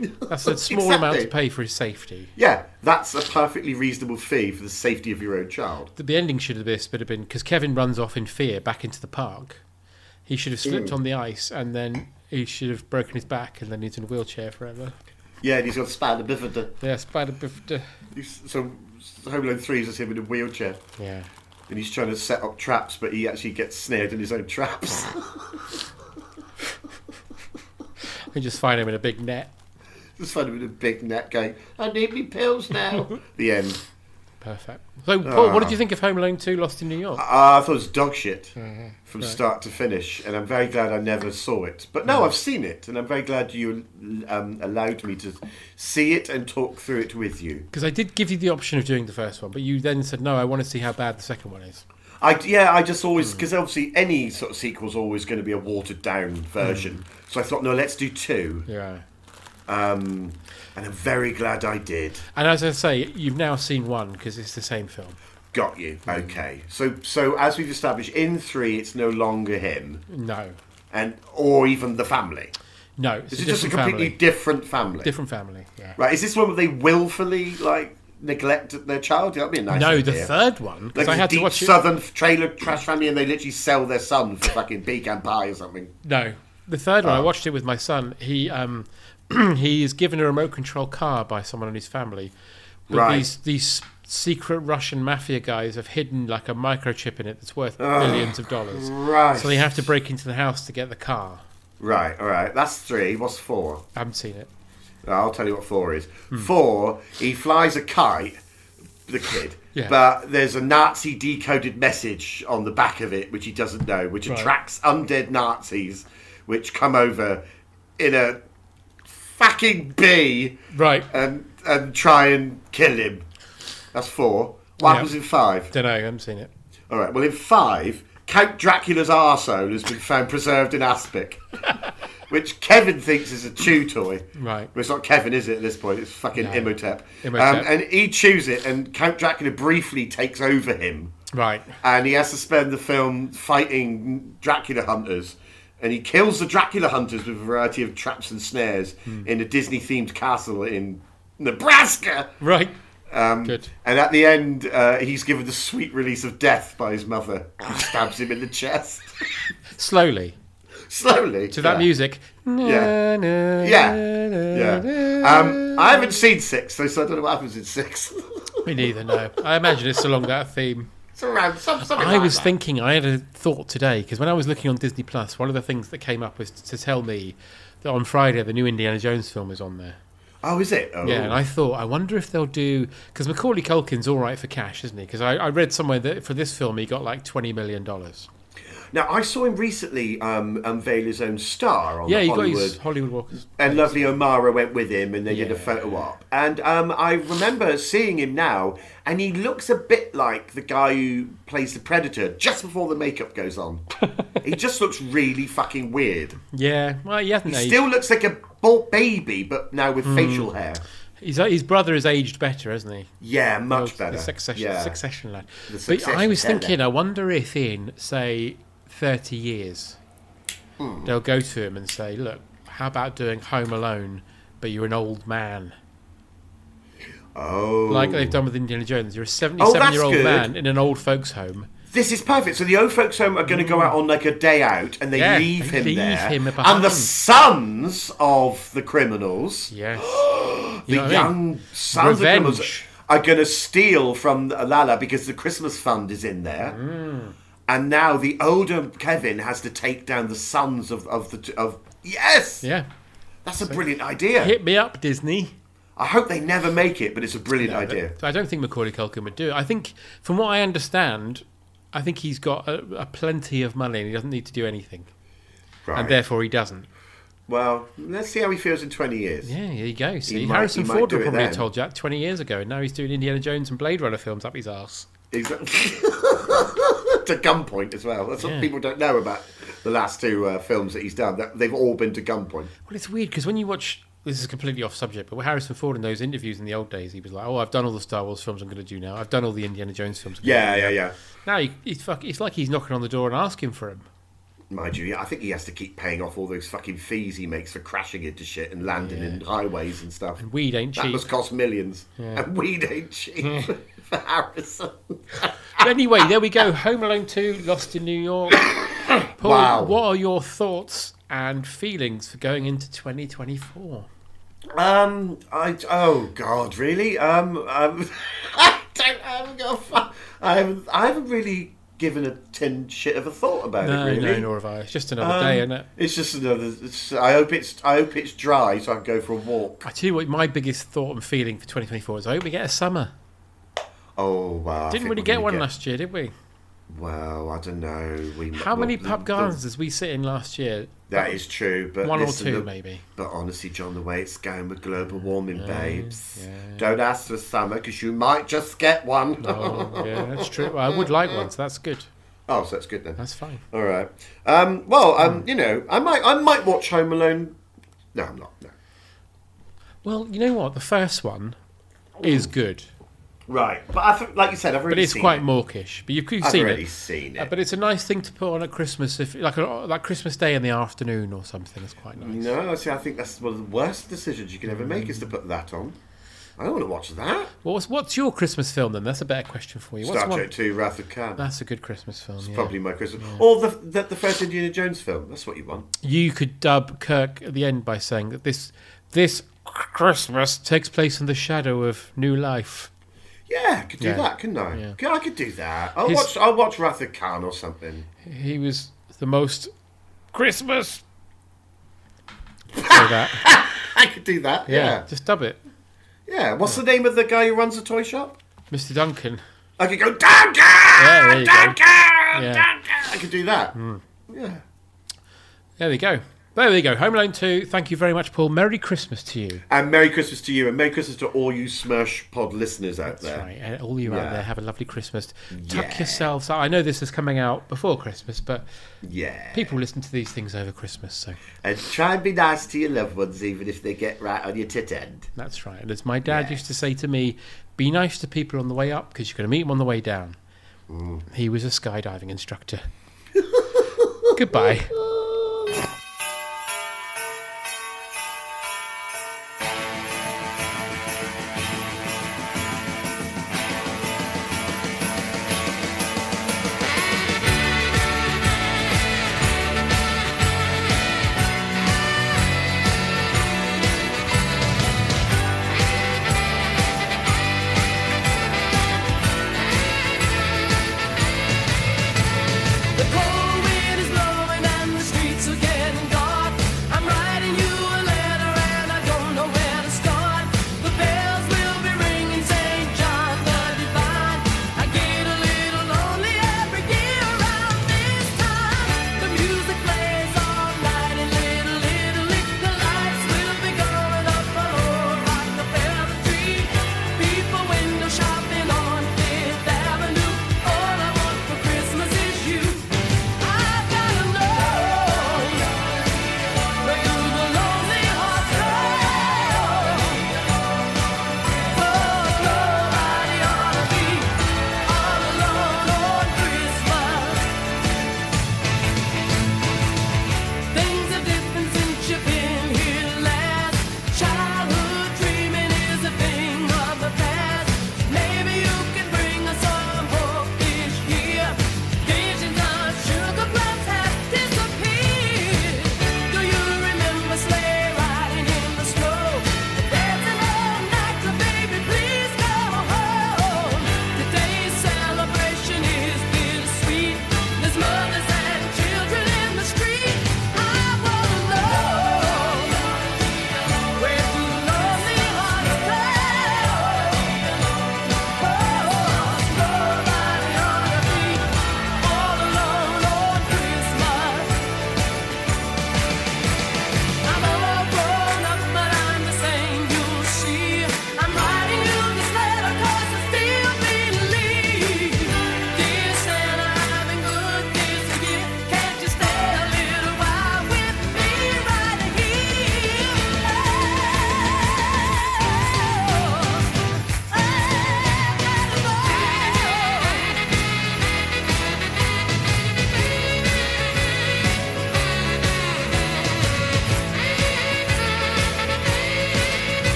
Speaker 6: That's a small amount to
Speaker 7: Exactly.
Speaker 6: pay for his safety.
Speaker 7: Yeah, that's a perfectly reasonable fee for the safety of your own child.
Speaker 6: The, the ending should have been, should have been because Kevin runs off in fear back into the park. He should have
Speaker 7: Mm.
Speaker 6: slipped on the ice and then he should have broken his back and then he's in a wheelchair forever.
Speaker 7: Yeah, and he's got spina bifida.
Speaker 6: Yeah, spider bifida.
Speaker 7: He's- So Home Alone 3 is just him in a wheelchair.
Speaker 6: Yeah.
Speaker 7: And he's trying to set up traps, but he actually gets snared in his own traps.
Speaker 6: You just find him in a big net.
Speaker 7: Just find him in a big net going, I need me pills now. the end.
Speaker 6: Perfect. So, Paul, what did you think of Home Alone 2 Lost in New York?
Speaker 7: Uh, I thought it was dog shit from start to finish, and I'm very glad I never saw it. But no, I've seen it, and I'm very glad you um, allowed me to see it and talk through it with you.
Speaker 6: Because I did give you the option of doing the first one, but you then said, no, I want to see how bad the second one is.
Speaker 7: I yeah, I just always because obviously any sort of sequel's always going to be a watered down version. So I thought, no, let's do two,
Speaker 6: Yeah.
Speaker 7: and I'm very glad I did.
Speaker 6: And as I say, you've now seen one because it's the same film.
Speaker 7: Got you. Okay. So so as we've established in three, it's no longer him,
Speaker 6: No.
Speaker 7: and or even the family.
Speaker 6: No. It's
Speaker 7: Is
Speaker 6: a
Speaker 7: it just a
Speaker 6: different
Speaker 7: completely
Speaker 6: family.
Speaker 7: different family?
Speaker 6: different family. Yeah.
Speaker 7: Right, is this one where they willfully like neglect their child? That'd be a nice.
Speaker 6: No, the
Speaker 7: idea.
Speaker 6: third one. Because
Speaker 7: Like
Speaker 6: I
Speaker 7: I
Speaker 6: had
Speaker 7: deep
Speaker 6: to watch it.
Speaker 7: southern trailer trash family, and they literally sell their son for fucking pecan pie or something.
Speaker 6: No, the third
Speaker 7: Ah.
Speaker 6: one. I watched it with my son. He um, he is given a remote control car by someone in his family. But
Speaker 7: Right.
Speaker 6: These these secret Russian mafia guys have hidden like a microchip in it that's worth millions of dollars.
Speaker 7: Right.
Speaker 6: So they have to break into the house to get the car.
Speaker 7: Right, all right. That's three. What's four?
Speaker 6: I haven't seen it.
Speaker 7: I'll tell you what four is.
Speaker 6: Hmm.
Speaker 7: Four, he flies a kite, the kid,
Speaker 6: Yeah.
Speaker 7: but there's a Nazi decoded message on the back of it, which he doesn't know, which
Speaker 6: Right.
Speaker 7: attracts undead Nazis, which come over in a fucking bee.
Speaker 6: Right.
Speaker 7: and and try and kill him. That's four. What
Speaker 6: Yeah.
Speaker 7: happens in five?
Speaker 6: Don't know. I haven't seen it.
Speaker 7: All right. Well, in five, Count Dracula's arsehole has been found preserved in aspic, which Kevin thinks is a chew toy.
Speaker 6: Right.
Speaker 7: But it's not Kevin, is it? At this point, it's fucking
Speaker 6: No.
Speaker 7: Imhotep.
Speaker 6: Imhotep.
Speaker 7: Um, and he chews it, and Count Dracula briefly takes over him,
Speaker 6: Right.
Speaker 7: and he has to spend the film fighting Dracula hunters. And he kills the Dracula hunters with a variety of traps and snares
Speaker 6: Hmm.
Speaker 7: in a Disney-themed castle in Nebraska.
Speaker 6: Right.
Speaker 7: um,
Speaker 6: Good.
Speaker 7: And at the end, uh, he's given the sweet release of death by his mother, who stabs him in the chest
Speaker 6: Slowly
Speaker 7: slowly.
Speaker 6: to that
Speaker 7: yeah.
Speaker 6: music.
Speaker 7: Yeah. Yeah, yeah. Um, I haven't seen six, so, so I don't know what happens in six.
Speaker 6: Me neither. No. I imagine it's along that theme.
Speaker 7: it's around some, something.
Speaker 6: I
Speaker 7: like
Speaker 6: was
Speaker 7: that.
Speaker 6: thinking, I had a thought today because when I was looking on Disney Plus, one of the things that came up was to tell me that on Friday the new Indiana Jones film was on there.
Speaker 7: Oh, is it? Oh.
Speaker 6: Yeah, and I thought, I wonder if they'll do because Macaulay Culkin's all right for cash, isn't he? Because I, I read somewhere that for this film he got like twenty million dollars.
Speaker 7: Now I saw him recently um, unveil his own star on
Speaker 6: Yeah, he got
Speaker 7: Hollywood. Eh.
Speaker 6: his Hollywood Walkers.
Speaker 7: and lovely O'Mara went with him, and they did a
Speaker 6: Yeah.
Speaker 7: photo op. And um, I remember seeing him now, and he looks a bit like the guy who plays the Predator just before the makeup goes on. he just looks really fucking weird.
Speaker 6: Yeah, well, he Hmm. hasn't
Speaker 7: He
Speaker 6: aged.
Speaker 7: still looks like a bald baby, but now with facial hair.
Speaker 6: His, uh, his brother has aged better, hasn't he?
Speaker 7: Yeah, much
Speaker 6: The-
Speaker 7: better.
Speaker 6: The succession,
Speaker 7: yeah.
Speaker 6: succession lad. but
Speaker 7: The
Speaker 6: I
Speaker 7: Succession
Speaker 6: was
Speaker 7: fella.
Speaker 6: thinking, I wonder if in say thirty years
Speaker 7: Hmm.
Speaker 6: they'll go to him and say, "Look, how about doing Home Alone, but you're an old man,
Speaker 7: Oh,
Speaker 6: like they've done with Indiana Jones? You're a seventy-seven-year-old
Speaker 7: good.
Speaker 6: man in an old folks' home.
Speaker 7: this is perfect. So the old folks' home are going to go out on like a day out, and they
Speaker 6: Hmm. Yeah,
Speaker 7: leave
Speaker 6: they
Speaker 7: him
Speaker 6: leave
Speaker 7: there.
Speaker 6: him
Speaker 7: and the
Speaker 6: behind.
Speaker 7: sons of the criminals.
Speaker 6: Yes,
Speaker 7: the
Speaker 6: You know what I mean?
Speaker 7: young sons of
Speaker 6: Revenge.
Speaker 7: criminals are going to steal from Lala because the Christmas fund is in there.
Speaker 6: Mm.
Speaker 7: And now the older Kevin has to take down the sons of, of the t- of yes,
Speaker 6: yeah.
Speaker 7: that's a brilliant idea.
Speaker 6: Hit me up, Disney."
Speaker 7: I hope they never make it, but it's a brilliant idea.
Speaker 6: So I don't think Macaulay Culkin would do it. I think, from what I understand, I think he's got a, a plenty of money and he doesn't need to do anything,
Speaker 7: Right.
Speaker 6: and therefore he doesn't.
Speaker 7: well, let's see how he feels in twenty years.
Speaker 6: Yeah, there you go. See,
Speaker 7: might-
Speaker 6: Harrison
Speaker 7: he might
Speaker 6: Ford
Speaker 7: do
Speaker 6: would
Speaker 7: it
Speaker 6: probably
Speaker 7: then.
Speaker 6: have told you that 20 years ago, and now he's doing Indiana Jones and Blade Runner films up his arse.
Speaker 7: Exactly. to gunpoint as well. That's what people don't know about the last two uh, films that he's done. That they've all been to gunpoint.
Speaker 6: Well, it's weird because when you watch, this is completely off subject, but with Harrison Ford in those interviews in the old days, he was like, "Oh, I've done all the Star Wars films I'm going to do now. I've done all the Indiana Jones films." I'm gonna
Speaker 7: Yeah, yeah, yeah.
Speaker 6: do." Now he, he's fuck. It's like he's knocking on the door and asking for him.
Speaker 7: Mind you, I think he has to keep paying off all those fucking fees he makes for crashing into shit and landing in highways and stuff. And
Speaker 6: Weed ain't
Speaker 7: that
Speaker 6: cheap.
Speaker 7: must cost millions. And weed ain't cheap for Harrison.
Speaker 6: But anyway, there we go. Home Alone Two, Lost in New York. Paul,
Speaker 7: Wow.
Speaker 6: what are your thoughts and feelings for going into 2024?
Speaker 7: Um, I oh god, really? Um, um I don't, I haven't got a fu- I haven't, I haven't really given a tin shit of a thought about
Speaker 6: No,
Speaker 7: it. Really, Um,
Speaker 6: no, nor have I. It's just another day, isn't it?
Speaker 7: it's just another. It's, I hope it's I hope it's dry so I can go for a walk.
Speaker 6: I tell you what, my biggest thought and feeling for 2024 is I hope we get a summer.
Speaker 7: Oh wow! I
Speaker 6: Didn't
Speaker 7: think
Speaker 6: really
Speaker 7: we're
Speaker 6: get
Speaker 7: gonna
Speaker 6: one last year, did we?
Speaker 7: Well, I don't know. We
Speaker 6: How many
Speaker 7: well,
Speaker 6: pub
Speaker 7: the-
Speaker 6: gardens did we sit in last year?
Speaker 7: That is true, but
Speaker 6: One or
Speaker 7: listen,
Speaker 6: two,
Speaker 7: the-
Speaker 6: maybe.
Speaker 7: But honestly, John, the way it's going with global warming, babes, don't ask for summer because you might just get one.
Speaker 6: Oh, yeah, that's true. Well, I would like one, so that's good.
Speaker 7: oh, so that's good then.
Speaker 6: That's Hmm. fine.
Speaker 7: All right. Um, well, um, you know, I might, I might watch Home Alone. No, I'm not. No.
Speaker 6: Well, you know what? The first one is good,
Speaker 7: Right, but I think, like you said, I've already
Speaker 6: but it's
Speaker 7: seen
Speaker 6: quite
Speaker 7: it.
Speaker 6: mawkish. But you've, you've
Speaker 7: I've
Speaker 6: seen
Speaker 7: already
Speaker 6: it.
Speaker 7: seen
Speaker 6: Uh,
Speaker 7: it.
Speaker 6: But it's a nice thing to put on at Christmas, if like a, like Christmas Day in the afternoon or something. It's quite nice.
Speaker 7: no, see, I think that's one of the worst decisions you can ever make is
Speaker 6: Hmm.
Speaker 7: to put that on. I don't want to watch that.
Speaker 6: Well, what's what's your Christmas film then? That's a better question for you. What's
Speaker 7: Star
Speaker 6: one-
Speaker 7: Trek Two: Wrath of Khan.
Speaker 6: That's a good Christmas film. yeah.
Speaker 7: Probably my Christmas, or the, the the first Indiana Jones film. That's what you want.
Speaker 6: You could dub Kirk at the end by saying that this this Christmas takes place in the shadow of New Life.
Speaker 7: Yeah, I could do
Speaker 6: Yeah.
Speaker 7: that, couldn't I?
Speaker 6: Yeah.
Speaker 7: Yeah, I could do that. I'll
Speaker 6: His-
Speaker 7: watch. I'll watch Wrath of Khan or something.
Speaker 6: He was the most Christmas. Say that.
Speaker 7: I could do that.
Speaker 6: Yeah,
Speaker 7: Yeah,
Speaker 6: just dub it,
Speaker 7: yeah. What's the name of the guy who runs the toy shop?
Speaker 6: Mr. Duncan.
Speaker 7: I could go Duncan.
Speaker 6: Yeah, there you go. Hmm. Yeah.
Speaker 7: I could do that. Yeah.
Speaker 6: There we go. There we go. Home Alone 2. Thank you very much, Paul. Merry Christmas to you.
Speaker 7: And Merry Christmas to you, and Merry Christmas to all you Smash Pod listeners out there.
Speaker 6: Right, and all you out
Speaker 7: Yeah.
Speaker 6: there, have a lovely Christmas.
Speaker 7: Yeah.
Speaker 6: Tuck yourselves out. I know this is coming out before Christmas, but
Speaker 7: Yeah.
Speaker 6: people listen to these things over Christmas, so
Speaker 7: And try and be nice to your loved ones, even if they get right on your tit end.
Speaker 6: that's right. And as my dad used to say to me, be nice to people on the way up because you're going to meet them on the way down. He was a skydiving instructor. Goodbye.